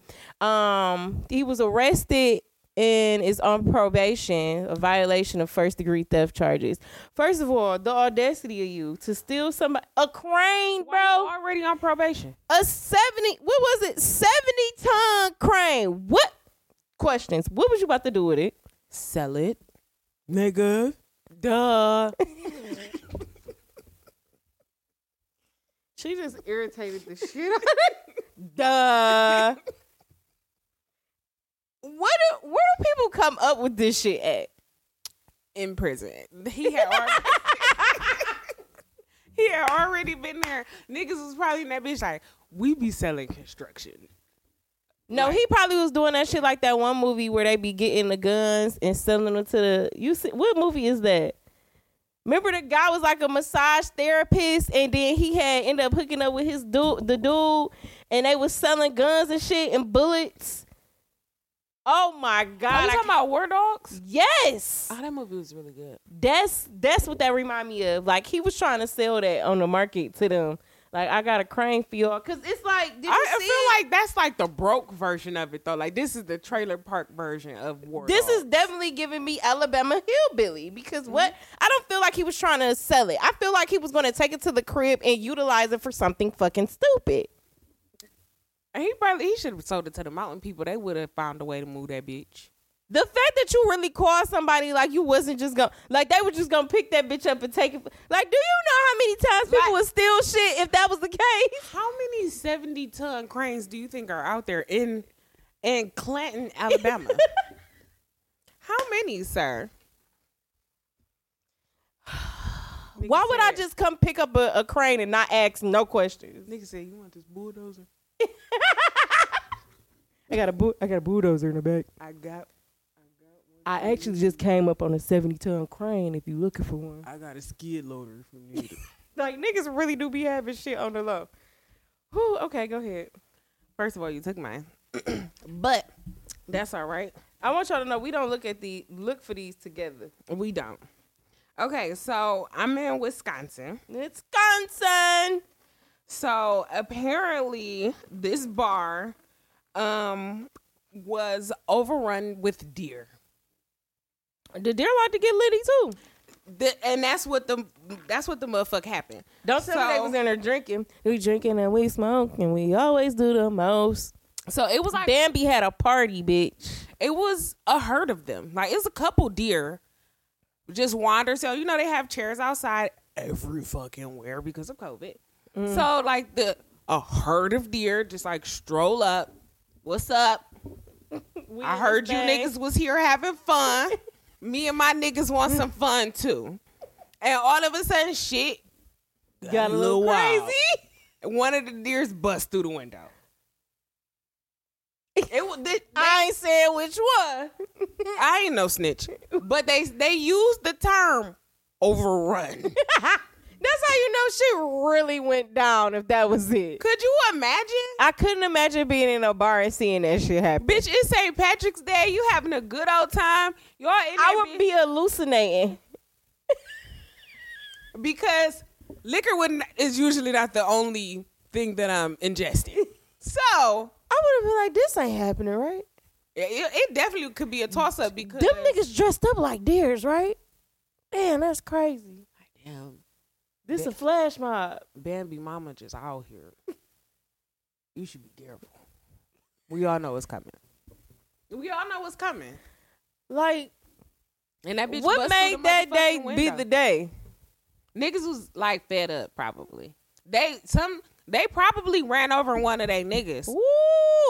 S1: Um, he was arrested and is on probation, a violation of first degree theft charges. First of all, the audacity of you to steal somebody a crane, bro
S3: Bro, already on probation.
S1: a 70 what was it 70 ton crane what questions what was you about to do with it
S3: Sell it. Nigga. Duh.
S1: [laughs] she just irritated the shit out of duh what do, where do people come up with this shit at
S3: in prison. He had [laughs] already, he had already been there. Niggas was probably in that bitch like, we be selling construction.
S1: no he probably was doing that shit like that one movie where they be getting the guns and selling them to the you see what movie is that Remember the guy was like a massage therapist, and then he had ended up hooking up with his dude, the dude, and they was selling guns and shit and bullets. Oh my
S3: Are
S1: god!
S3: you
S1: I
S3: talking about war dogs?
S1: can't- yes,
S3: Oh, that movie was really good.
S1: that's that's what that remind me of. Like he was trying to sell that on the market to them. Like I got a crane for y'all, cause it's like did you
S3: I, I
S1: see
S3: feel
S1: it?
S3: like that's like the broke version of it though. Like this is the trailer park version of war.
S1: This is
S3: Dogs.
S1: definitely giving me Alabama hillbilly because what I don't feel like he was trying to sell it. I feel like he was going to take it to the crib and utilize it for something fucking stupid.
S3: And he probably he should have sold it to the mountain people. They would have found a way to move that bitch.
S1: The fact that you really called somebody like you wasn't just going to like they were just going to pick that bitch up and take it. Like, do you know how many times people
S3: Like-
S1: would steal shit if that was the case?
S3: How many seventy ton cranes do you think are out there in in Clanton, [laughs] Alabama? How many, sir?
S1: Why would I just come pick up a, a crane and not ask no questions?
S3: Nigga said, "You want this bulldozer?
S1: I got a bu- I got a bulldozer in the back.
S3: I got,
S1: I actually just came up on a seventy ton crane. If you looking for one.
S3: I got a skid loader if you need [laughs] it."
S1: Like niggas really do be having shit on the low. Whew, okay, go ahead.
S3: First of all, you took mine, but that's all right.
S1: I want y'all to know we don't look at the look for these together.
S3: We don't. Okay, so I'm in Wisconsin.
S1: It's Wisconsin.
S3: So apparently, this bar um was overrun with deer.
S1: The deer like to get litty too.
S3: The, and that's what the that's what the motherfucker happened.
S1: Don't tell me they
S3: So-
S1: was in there drinking. We drinking and we smoking. We always do the most.
S3: So it was like
S1: Bambi had a party, bitch.
S3: it was a herd of them. Like it's a couple deer just wander. So you know they have chairs outside every fucking where because of COVID.
S1: Mm.
S3: So like the a herd of deer just like stroll up. What's up?
S1: We
S3: I
S1: in
S3: heard
S1: this
S3: you
S1: thing.
S3: niggas was here having fun.
S1: [laughs]
S3: Me and my niggas want some fun too. And all of a sudden, shit
S1: got a little, crazy.
S3: wild. One of the deers bust through the window. It was. They,
S1: I ain't saying which one.
S3: I
S1: [laughs]
S3: ain't no snitch, but they they used the term overrun.
S1: That's how you know shit really went down if that was it.
S3: Could you imagine?
S1: I couldn't imagine being in a bar and seeing that shit happen.
S3: Bitch, it's St. Patrick's Day. You having a good old time. Y'all in
S1: I
S3: there
S1: would be hallucinating.
S3: because liquor wouldn't is usually not the only thing that I'm
S1: [laughs]
S3: ingesting. So
S1: I would have been like, this ain't happening, right?
S3: it, it definitely could be a toss up because
S1: Them
S3: [laughs]
S1: niggas dressed up like deers, right? Damn, that's crazy.
S3: Damn,
S1: This a flash mob.
S3: Bambi Mama just out [laughs] here. You should be careful. We all know what's coming. We all know what's coming.
S1: Like,
S3: And that bitch.
S1: what
S3: bust through
S1: made
S3: the
S1: that day
S3: motherfucking
S1: be
S3: window.
S1: the day?
S3: niggas was like fed up probably. They some they probably ran over one of they niggas.
S1: Woo!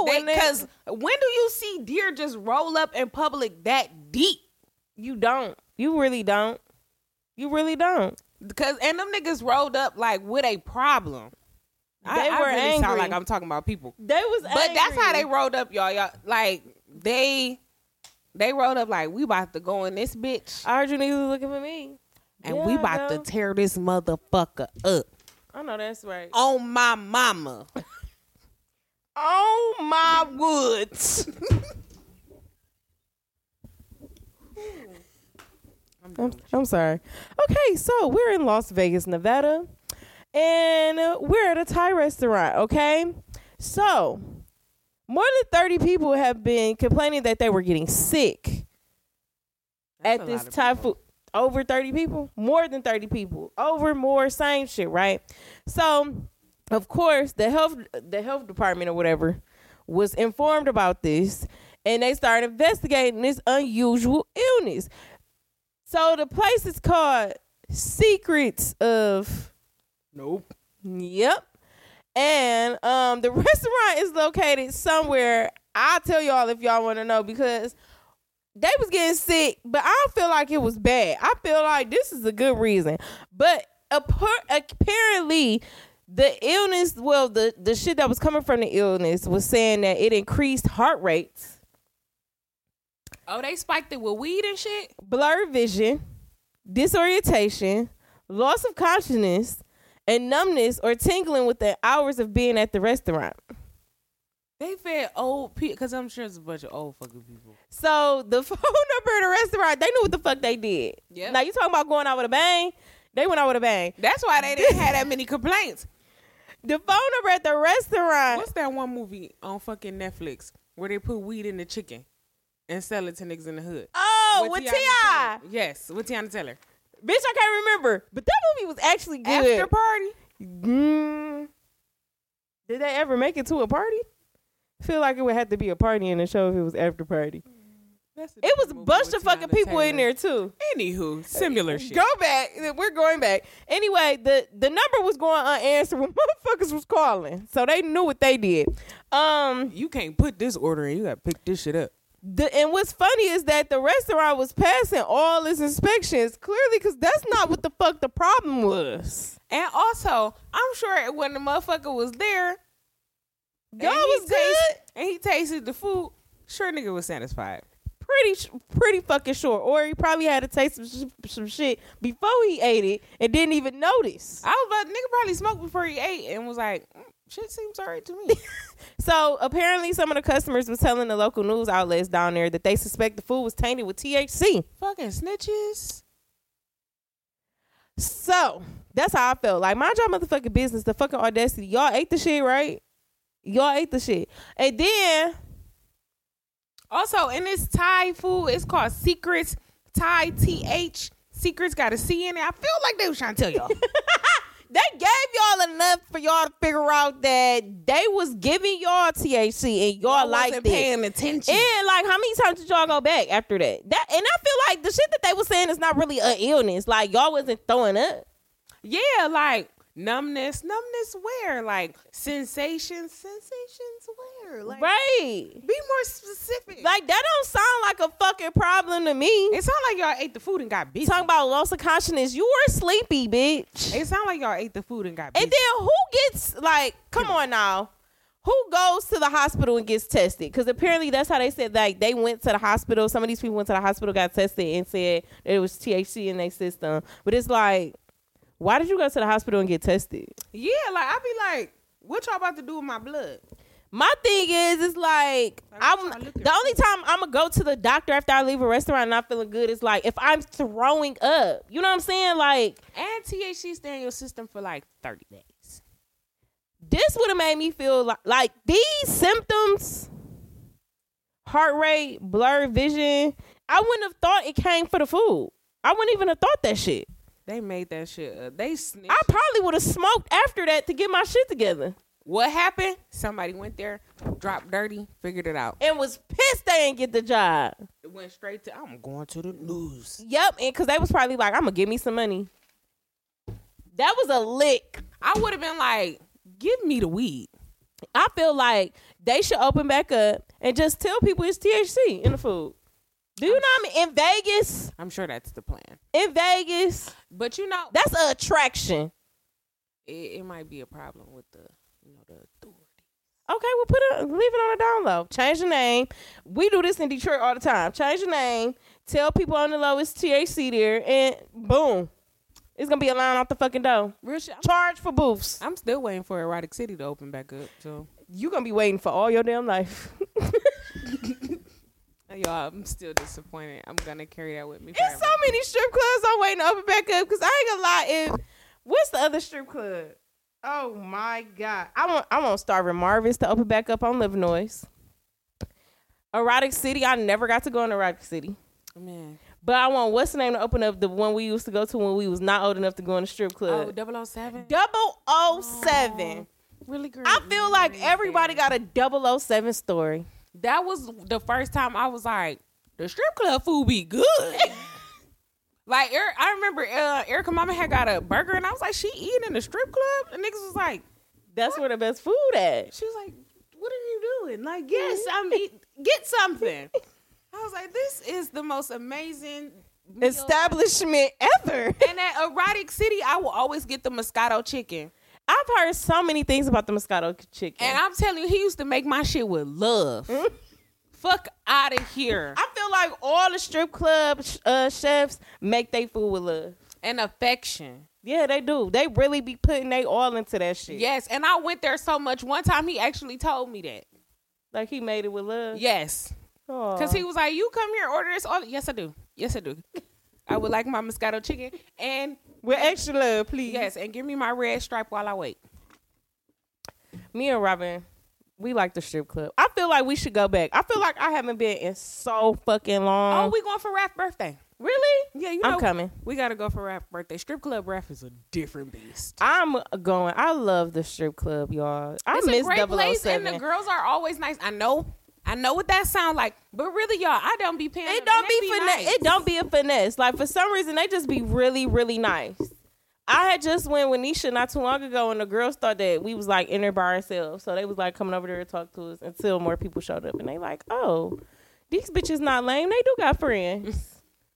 S1: when that-
S3: Because when do you see deer just roll up in public that deep?
S1: you don't. You really don't. You really don't.
S3: Because and them niggas rolled up like with a problem. I,
S1: They
S3: I
S1: were
S3: really sound
S1: angry.
S3: like I'm talking about people,
S1: They was
S3: but that's how they rolled up, y'all. Y'all like they they rolled up like we about to go in this bitch
S1: I heard you niggas was looking for me.
S3: and
S1: Yeah,
S3: we
S1: I
S3: about
S1: know.
S3: to tear this motherfucker up
S1: I know that's right.
S3: on my
S1: [laughs]
S3: mama.
S1: Oh my
S3: woods.
S1: I'm, I'm sorry. Okay, so we're in Las Vegas, Nevada, and uh, we're at a Thai restaurant, okay? So, more than 30 people have been complaining that they were getting sick at this Thai food. Over 30 people? More than 30 people. Over, more, same shit, right? So, of course, the health the health department or whatever was informed about this and they started investigating this unusual illness. So the place is called Secrets of
S3: Nope.
S1: Yep. And um the [laughs] restaurant is located somewhere. I'll tell y'all if y'all want to know because they was getting sick, but I don't feel like it was bad. I feel like this is a good reason. But appar- apparently the illness, well, the the shit that was coming from the illness was saying that it increased heart rates,
S3: Oh, they spiked it with weed and shit.
S1: blurred vision, disorientation, loss of consciousness, and numbness or tingling within hours of being at the restaurant.
S3: They fed old people because I'm sure it's a bunch of old fucking people.
S1: So the [laughs] phone number of the restaurant, they knew what the fuck they did.
S3: Yep.
S1: Now you talking about going out with a bang? They went out with a bang.
S3: That's why they didn't have that many complaints.
S1: The phone number at the restaurant.
S3: What's that one movie on fucking Netflix where they put weed in the chicken and sell it to niggas in the hood?
S1: oh, with Ti.
S3: Tiana Taylor. Yes, with Tiana Taylor.
S1: Bitch, I can't remember. But that movie was actually good.
S3: After party.
S1: Mm. Did they ever make it to a party? Feel like it would have to be a party in the show if it was after party.
S3: That's
S1: It was a bunch of fucking people in there too.
S3: Anywho, similar shit.
S1: Go back. We're going back. Anyway, the the number was going unanswered when [laughs] motherfuckers was calling, so they knew what they did. Um,
S3: You can't put this order in. You got to pick this shit up.
S1: the and what's funny is that the restaurant was passing all its inspections clearly because that's not what the fuck the problem was.
S3: And also, I'm sure when the motherfucker was there,
S1: Y'all
S3: and he
S1: was
S3: taste-
S1: good.
S3: and he tasted the food. Sure, nigga was satisfied.
S1: Pretty sh- pretty fucking sure, or he probably had to taste some sh- some shit before he ate it and didn't even notice.
S3: I was about nigga probably smoked before he ate and was like, "Mm, shit seems alright to
S1: [laughs]
S3: me.
S1: So apparently, some of the customers was telling the local news outlets down there that they suspect the food was tainted with THC.
S3: Fucking snitches.
S1: So that's how I felt. Like mind y'all motherfucking business, the fucking audacity. Y'all ate the shit, right? Y'all ate the shit. And then
S3: Also, in this Thai food, it's called Secrets Thai T H. Secrets got a C in it. I feel like they was trying to
S1: [laughs]
S3: tell y'all.
S1: they gave y'all enough for y'all to figure out that they was giving y'all THC and y'all,
S3: Y'all
S1: liked
S3: wasn't
S1: it.
S3: paying attention.
S1: And like, how many times did y'all go back after that? That and I feel like the shit that they was saying is not really an illness. Like y'all wasn't throwing up.
S3: yeah, like numbness, numbness where? Like sensations, sensations where? Like
S1: right.
S3: be more specific.
S1: Like that don't sound like a fucking problem to me.
S3: it sound like y'all ate the food and got busy.
S1: talking about loss of consciousness. You were sleepy, bitch.
S3: It sound like y'all ate the food and got busy.
S1: And then who gets like? Come on now, who goes to the hospital and gets tested? Because apparently that's how they said. Like they went to the hospital. Some of these people went to the hospital, got tested, and said there was THC in their system. But it's like, Why did you go to the hospital and get tested?
S3: Yeah, like I be like, what y'all about to do with my blood?
S1: My thing is, it's like
S3: Like,
S1: I'm
S3: what y'all looking
S1: the only time I'm gonna go to the doctor after I leave a restaurant not feeling good is like if I'm throwing up. You know what I'm saying? Like
S3: And THC stay in your system for like thirty days.
S1: this would have made me feel like like these symptoms, heart rate, blurred vision. I wouldn't have thought it came for the food. I wouldn't even have thought that shit.
S3: They made that shit up. They snitched.
S1: I probably would have smoked after that to get my shit together
S3: what happened? Somebody went there, dropped dirty, figured it out.
S1: and was pissed they didn't get the job.
S3: It went straight to I'm going to the news.
S1: Yep, and because they was probably like, "I'm gonna give me some money." That was a lick.
S3: I would have been like, give me the weed.
S1: I feel like they should open back up and just tell people it's THC in the food. Do you know what I mean? In Vegas,
S3: I'm sure that's the plan.
S1: in Vegas,
S3: But you know,
S1: that's a attraction.
S3: it, it might be a problem with the you know the authority.
S1: Okay, well, put it, leave it on the down low. Change the name. We do this in Detroit all the time. Change the name. Tell people on the low it's THC there, and boom, it's gonna be a line out the fucking door.
S3: Real shit. I'm,
S1: Charge for booths.
S3: I'm still waiting for Erotic City to open back up. So
S1: You gonna be waiting for all your damn life. [laughs]
S3: y'all, I'm still disappointed. I'm gonna carry that with me.
S1: It's so
S3: forever.
S1: many strip clubs I'm waiting to open back up because I ain't gonna lie. If what's the other strip club? Oh my god, I want I want Starving Marvis to open back up on Livinois. Erotic City, I never got to go in Erotic City,
S3: man.
S1: but I want what's the name to open up the one we used to go to when we was not old enough to go in the strip
S3: Oh,
S1: club. Oh.
S3: 007?
S1: Double O Seven.
S3: Really great.
S1: I feel like
S3: memories
S1: everybody
S3: there.
S1: got a 007 [laughs] story.
S3: That was the first time I was like, the strip club food be good. like, Eric, I remember uh, Erica Mama had got a burger, and I was like, she eating in the strip club? And niggas was like,
S1: That's where the best food at.
S3: she was like, what are you doing? Like, yes, I'm eating. Get something. I was like, this is the most amazing. meal.
S1: Establishment ever.
S3: And at Erotic City, I will always get the Moscato chicken.
S1: I've heard so many things about the Moscato chicken.
S3: And I'm telling you, he used to make my shit with love. Fuck out of here.
S1: Mm-hmm. I feel like all the strip club sh- uh, chefs make they food with love.
S3: And affection.
S1: Yeah, they do. They really be putting they all into that shit.
S3: Yes, and I went there so much. One time he actually told me that.
S1: Mm-hmm. like he made it with love.
S3: Yes, because he was like, "You come here, order this." All yes, I do. Yes,
S1: [laughs]
S3: I do. I would like my Moscato chicken, and
S1: with extra love, please.
S3: yes, and give me my red stripe while I wait.
S1: Me and Robin, we like the strip club. I feel like we should go back. I feel like I haven't been in so fucking long.
S3: oh, we going for Raph birthday?
S1: really?
S3: Yeah, you know,
S1: I'm coming.
S3: We gotta go for Raph birthday. Strip club Raph is a different beast.
S1: I'm going. I love the strip club, y'all. I
S3: it's
S1: miss
S3: a great place, and
S1: 007.
S3: the girls are always nice. I know, I know what that sound like, but really, y'all, I don't be paying.
S1: It
S3: them,
S1: don't
S3: and they
S1: be finesse.
S3: nice.
S1: It don't be a finesse. Like for some reason, they just be really, really nice. I had just went with Nisha not too long ago, and the girls thought that we was like in there by ourselves. So they was like coming over there to talk to us until more people showed up, and they like, oh, these bitches not lame. They do got
S3: [laughs]
S1: friends.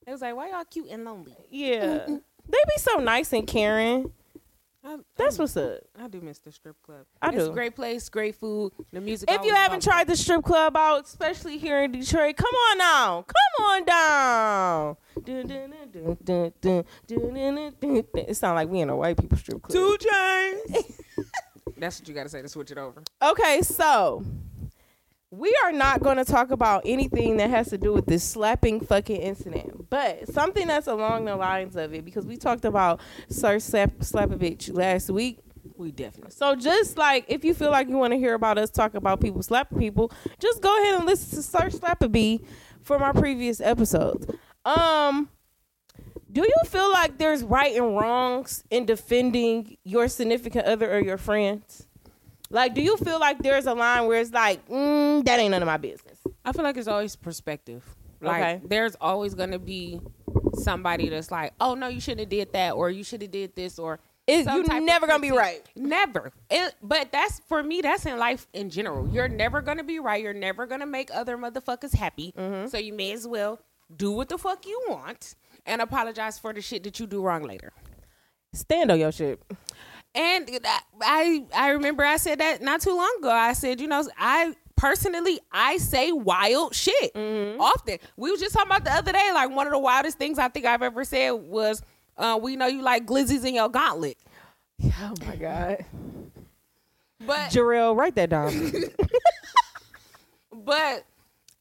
S3: It was like, why y'all cute and lonely?
S1: Yeah, they be so nice and caring.
S3: I,
S1: That's what's up.
S3: I do miss the strip club.
S1: I
S3: it's
S1: do.
S3: a great place, great food, the music.
S1: If you
S3: always
S1: haven't
S3: bumping.
S1: tried the strip club out, especially here in Detroit, come on now. Come on down. Dun, dun, dun, dun, dun, dun, dun, dun, dun, dun. It sounds like we in a white people strip club.
S3: chains. [laughs] That's what you gotta say to switch it over.
S1: Okay, so we are not going to talk about anything that has to do with this slapping fucking incident, but something that's along the lines of it because we talked about Sir Slap Slapovich last week.
S3: We definitely.
S1: So just like if you feel like you want to hear about us talk about people slapping people, just go ahead and listen to Search Slapper B from our previous episodes. Um do you feel like there's right and wrongs in defending your significant other or your friends? Like, do you feel like there's a line where it's like, mm, that ain't none of my business?
S3: I feel like it's always perspective. Like
S1: Okay.
S3: there's always gonna be somebody that's like, oh no, you shouldn't have did that, or you should have did this, or
S1: It,
S3: some type
S1: you're
S3: of
S1: never gonna be
S3: critique.
S1: right.
S3: Never. It, but that's for me. That's in life in general. You're never gonna be right. You're never gonna make other motherfuckers happy.
S1: Mm-hmm.
S3: So you may as well do what the fuck you want and apologize for the shit that you do wrong later.
S1: Stand on your shit.
S3: And I- I I remember I said that not too long ago. I said, you know, I personally I say wild shit often. We was just talking about the other day. Like one of the wildest things I think I've ever said was, Uh, we know you like glizzies in your gauntlet.
S1: [laughs] Oh my god,
S3: But
S1: Jarrell, write that down.
S3: but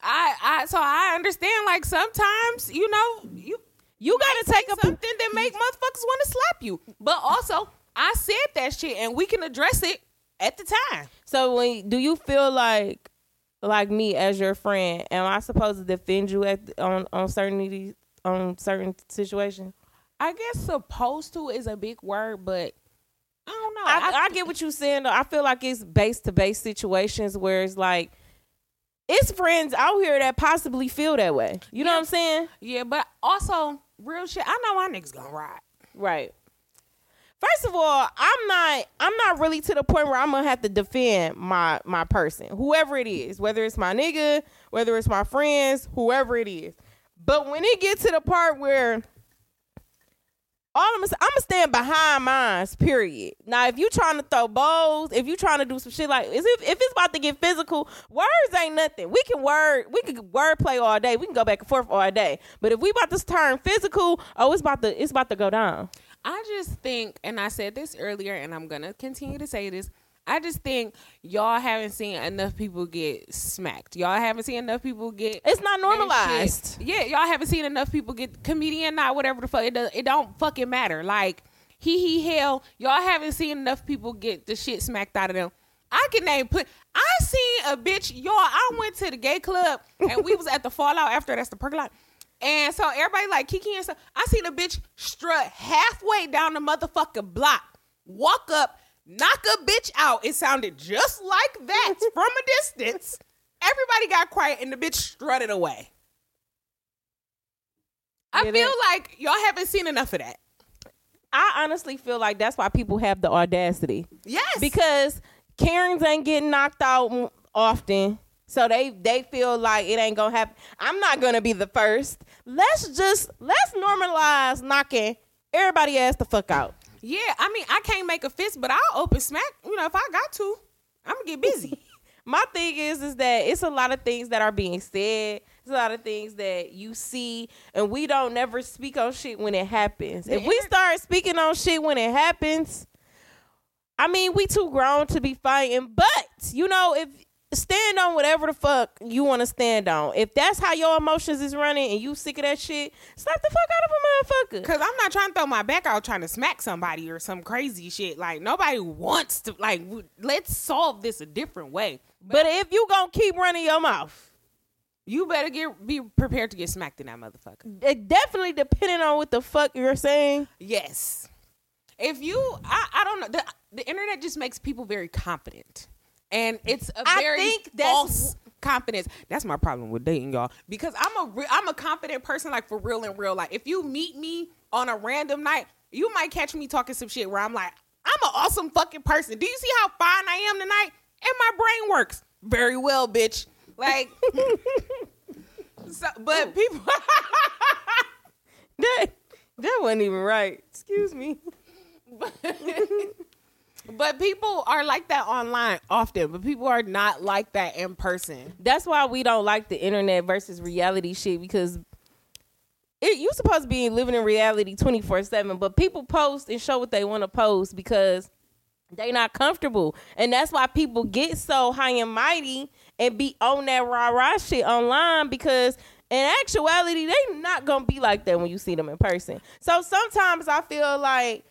S3: I I so I understand like sometimes you know you
S1: You
S3: gotta take something that make motherfuckers want to slap you. But also I said that shit and we can address it at the time.
S1: [laughs] So when do you feel like like me as your friend? Am I supposed to defend you at on on certain of these- on certain situations?
S3: I guess supposed to is a big word, but I don't know.
S1: I, I get what you're saying. Though. I feel like it's base to base situations where it's like it's friends out here that possibly feel that way. You know what I'm saying?
S3: yeah, but also real shit. I know my niggas gonna ride.
S1: Right. First of all, I'm not I'm not really to the point where I'm gonna have to defend my my person, whoever it is, whether it's my nigga, whether it's my friends, whoever it is. But when it gets to the part where all I'm gonna I'm gonna stand behind mines, period. Now, if you trying to throw balls, if you trying to do some shit like, is if if it's about to get physical, words ain't nothing. We can word, we can word play all day. We can go back and forth all day. But if we about to turn physical, oh, it's about to it's about to go down.
S3: I just think, and I said this earlier, and I'm gonna continue to say this. I just think y'all haven't seen enough people get smacked. Y'all haven't seen enough people get
S1: It's not normalized.
S3: shit. Yeah, y'all haven't seen enough people get comedian, not whatever the fuck. It, does, it don't fucking matter. Like he he hell, y'all haven't seen enough people get the shit smacked out of them. I can name put. I seen a bitch, y'all. I went to the gay club and we was at the Fallout after that's the pergola. And so everybody like Kiki and stuff. I seen a bitch strut halfway down the motherfucking block, walk up, knock a bitch out. It sounded just like that from a distance. Everybody got quiet and the bitch strutted away. I
S1: Get
S3: feel
S1: it?
S3: like y'all haven't seen enough of that.
S1: I honestly feel like that's why people have the audacity
S3: Yes.
S1: because Karens ain't getting knocked out m- often. So they they feel like it ain't gonna happen. I'm not gonna be the first. Let's just let's normalize knocking everybody ass the fuck out.
S3: yeah, I mean, I can't make a fist, but I'll open smack. You know, if I got to, I'm gonna
S1: [laughs]
S3: get busy.
S1: my thing is is that it's a lot of things that are being said it's a lot of things that you see and we don't never speak on shit when it happens if we
S3: inter-
S1: start speaking on shit when it happens i mean we too grown to be fighting but you know if stand on whatever the fuck you want to stand on if that's how your emotions is running and you sick of that shit slap the fuck out of a motherfucker
S3: Cause I'm not trying to throw my back out trying to smack somebody or some crazy shit. Like nobody wants to. Like w- let's solve this a different way.
S1: but if you gonna keep running your mouth
S3: You better get be prepared to get smacked in that motherfucker.
S1: it definitely depending on what the fuck you're saying
S3: Yes. If you, I, I don't know. The, the internet just makes people very confident, and it's a
S1: I
S3: very
S1: think that's-
S3: false confidence. That's my problem with dating y'all because I'm a re- I'm a confident person, like for real in real life. If you meet me on a random night, you might catch me talking some shit where I'm like, I'm an awesome fucking person. Do you see how fine I am tonight? And my brain works very well, bitch. Like, [laughs] so, but people.
S1: that that wasn't even right. Excuse me.
S3: But people are like that online often, but people are not like that in person.
S1: That's why we don't like the internet versus reality shit because it you supposed to be living in reality 24/7, but people post and show what they want to post because they not comfortable. And that's why people get so high and mighty and be on that rah-rah shit online because in actuality they not going to be like that when you see them in person. So sometimes I feel like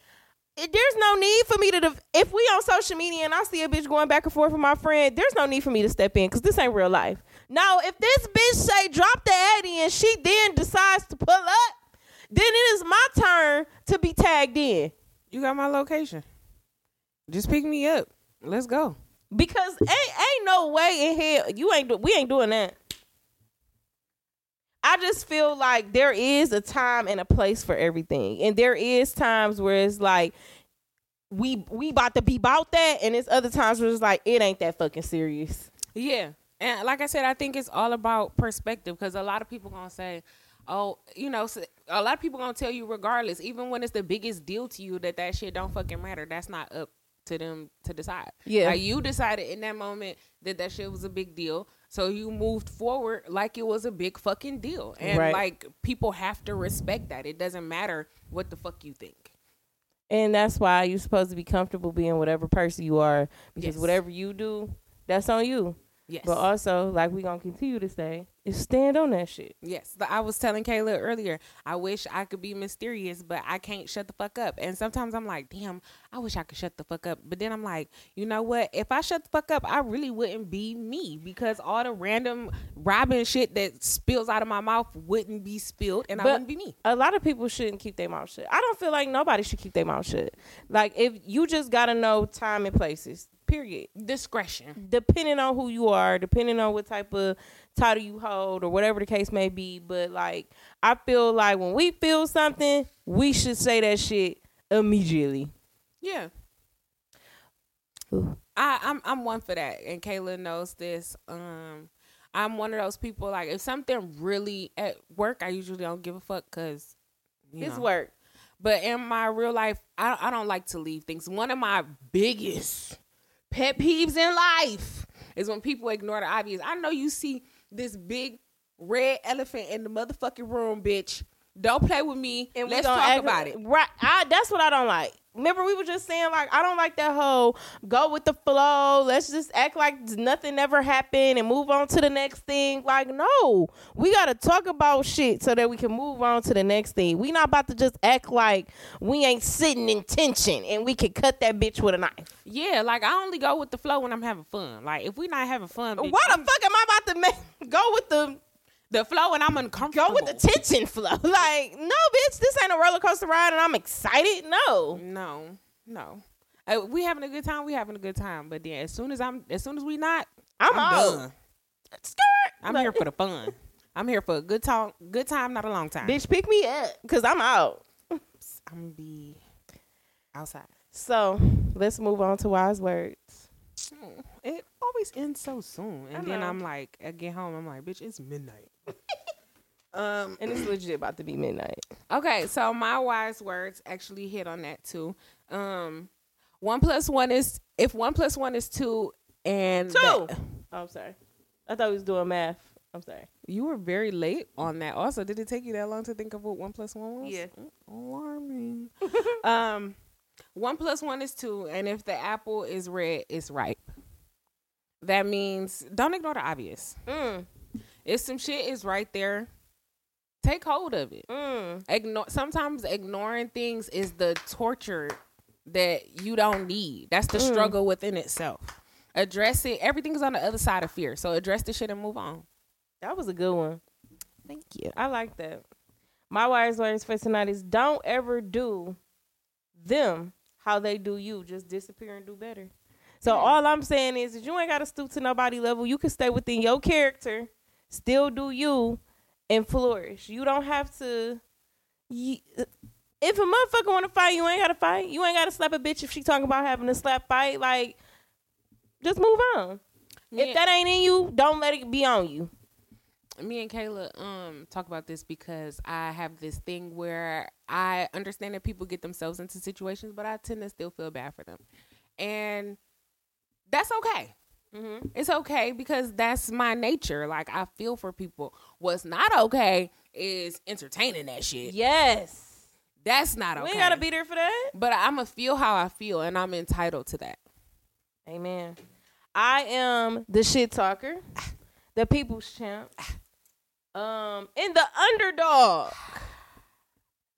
S1: it- there's no need for me to def- if we on social media and I see a bitch going back and forth with my friend, there's no need for me to step in because this ain't real life. Now, if this bitch say drop the Addy and she then decides to pull up, then it is my turn to be tagged in
S3: You got my location. Just pick me up. Let's go.
S1: because ain't ain't no way in hell you ain't do- we ain't doing that. I just feel like there is a time and a place for everything, and there is times where it's like we we about to be about that, and it's other times where it's like it ain't that fucking serious.
S3: Yeah. And like I said, I think it's all about perspective because a lot of people going to say, oh, you know, so- a lot of people going to tell you regardless, even when it's the biggest deal to you, that that shit don't fucking matter. That's not up to them to decide.
S1: Yeah.
S3: Like you decided in that moment that that shit was a big deal. So you moved forward like it was a big fucking deal. And
S1: Right.
S3: like people have to respect that. It doesn't matter what the fuck you think.
S1: And that's why you're supposed to be comfortable being whatever person you are because
S3: Yes.
S1: whatever you do, that's on you.
S3: Yes.
S1: But also, like we gonna continue to say, is stand on that shit.
S3: Yes, th- I was telling Kayla earlier. I wish I could be mysterious, but I can't shut the fuck up. And sometimes I'm like, damn, I wish I could shut the fuck up. But then I'm like, you know what? If I shut the fuck up, I really wouldn't be me because all the random Robin shit that spills out of my mouth wouldn't be spilled, and I
S1: But-
S3: wouldn't be me.
S1: A lot of people shouldn't keep their mouth shut. I don't feel like nobody should keep their mouth shut. Like if you just gotta know time and places. Period.
S3: Discretion.
S1: Depending on who you are, depending on what type of title you hold or whatever the case may be. But like I feel like when we feel something, we should say that shit immediately.
S3: Yeah.
S1: Ooh.
S3: I, I'm I'm one for that, and Kayla knows this. Um, I'm one of those people like if something really at work, I usually don't give a fuck because
S1: It's work.
S3: But in my real life, I, I don't like to leave things. One of my biggest pet peeves in life is when people ignore the obvious. I know you see this big red elephant in the motherfucking room, bitch. Don't play with me.
S1: and we
S3: Let's
S1: gonna
S3: talk
S1: act-
S3: about it.
S1: Right. I, that's what I don't like. Remember, we were just saying like I don't like that whole go with the flow. Let's just act like nothing ever happened and move on to the next thing. Like no, we gotta talk about shit so that we can move on to the next thing. We not about to just act like we ain't sitting in tension and we can cut that bitch with a knife.
S3: Yeah, like I only go with the flow when I'm having fun. Like if we're not having fun, bitch,
S1: Why the fuck am I about to make, go with the
S3: the flow and I'm
S1: go
S3: uncomfortable.
S1: with the tension flow? [laughs] Like no, bitch, this ain't a roller coaster ride and I'm excited. No,
S3: no, no. Uh, we having a good time. We having a good time. But then as soon as I'm, as soon as we not,
S1: I'm,
S3: I'm
S1: out.
S3: done.
S1: Skirt.
S3: I'm
S1: Like-
S3: here for the fun. I'm here for a good talk, good time, not a long time.
S1: Bitch, pick me up because I'm out.
S3: I'm gonna be outside.
S1: So let's move on to wise words.
S3: It always ends so soon, and
S1: I
S3: then
S1: know.
S3: I'm like, I get home, I'm like, bitch, it's midnight. um.
S1: And it's legit about to be midnight.
S3: Okay, so my wise words actually hit on that too. Um, one plus one is if one plus one is two, and
S1: Two.
S3: that-
S1: Oh, I'm sorry. I thought we was doing math. I'm sorry.
S3: you were very late on that. Also, did it take you that long to think of what one plus one was? alarming. um, one plus one is two, and if the apple is red, it's ripe. That means don't ignore the obvious.
S1: Mm,
S3: If some shit is right there, take hold of it.
S1: mm.
S3: Ignore. Sometimes ignoring things is the torture that you don't need. That's the struggle within itself. Address it. Everything's on the other side of fear. So address the shit and move on.
S1: That was a good one.
S3: Thank you.
S1: I like that. My wise words for tonight is don't ever do them how they do you. Just disappear and do better. So all I'm saying is that you ain't gotta stoop to nobody level. You can stay within your character, still do you, and flourish. You don't have to. You, if a motherfucker want to fight, you ain't gotta fight. You ain't gotta slap a bitch if she talking about having a slap fight. Like, just move on.
S3: Yeah.
S1: If that ain't in you, don't let it be on you.
S3: me and Kayla um talk about this because I have this thing where I understand that people get themselves into situations, but I tend to still feel bad for them, and that's okay.
S1: Mhm.
S3: It's okay because that's my nature. Like I feel for people. What's not okay is entertaining that shit.
S1: Yes,
S3: That's not
S1: we
S3: okay.
S1: ain't gotta be there for that.
S3: But I'm gonna feel how I feel, and I'm entitled to that.
S1: Amen. I am the shit talker, the people's champ, um, and the underdog.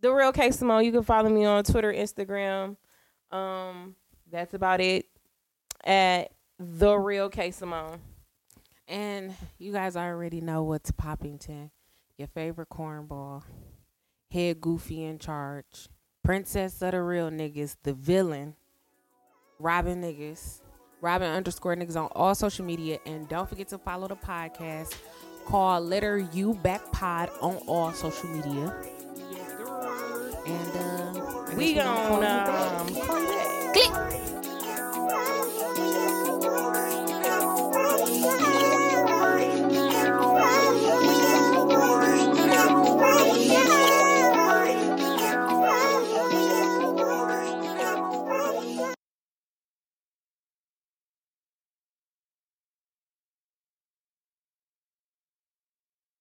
S1: The real K Simone. You can follow me on Twitter, Instagram. Um, that's about it. At the real K Simone.
S3: And you guys already know what's Poppington. Your favorite cornball. Head goofy in charge. Princess of the real niggas. The villain. Robin niggas. Robin underscore niggas on all social media. And don't forget to follow the podcast. Call letter U back pod on all social media. And uh, I guess
S1: We
S3: gonna call you
S1: gonna
S3: back.
S1: um, come back.
S2: Click.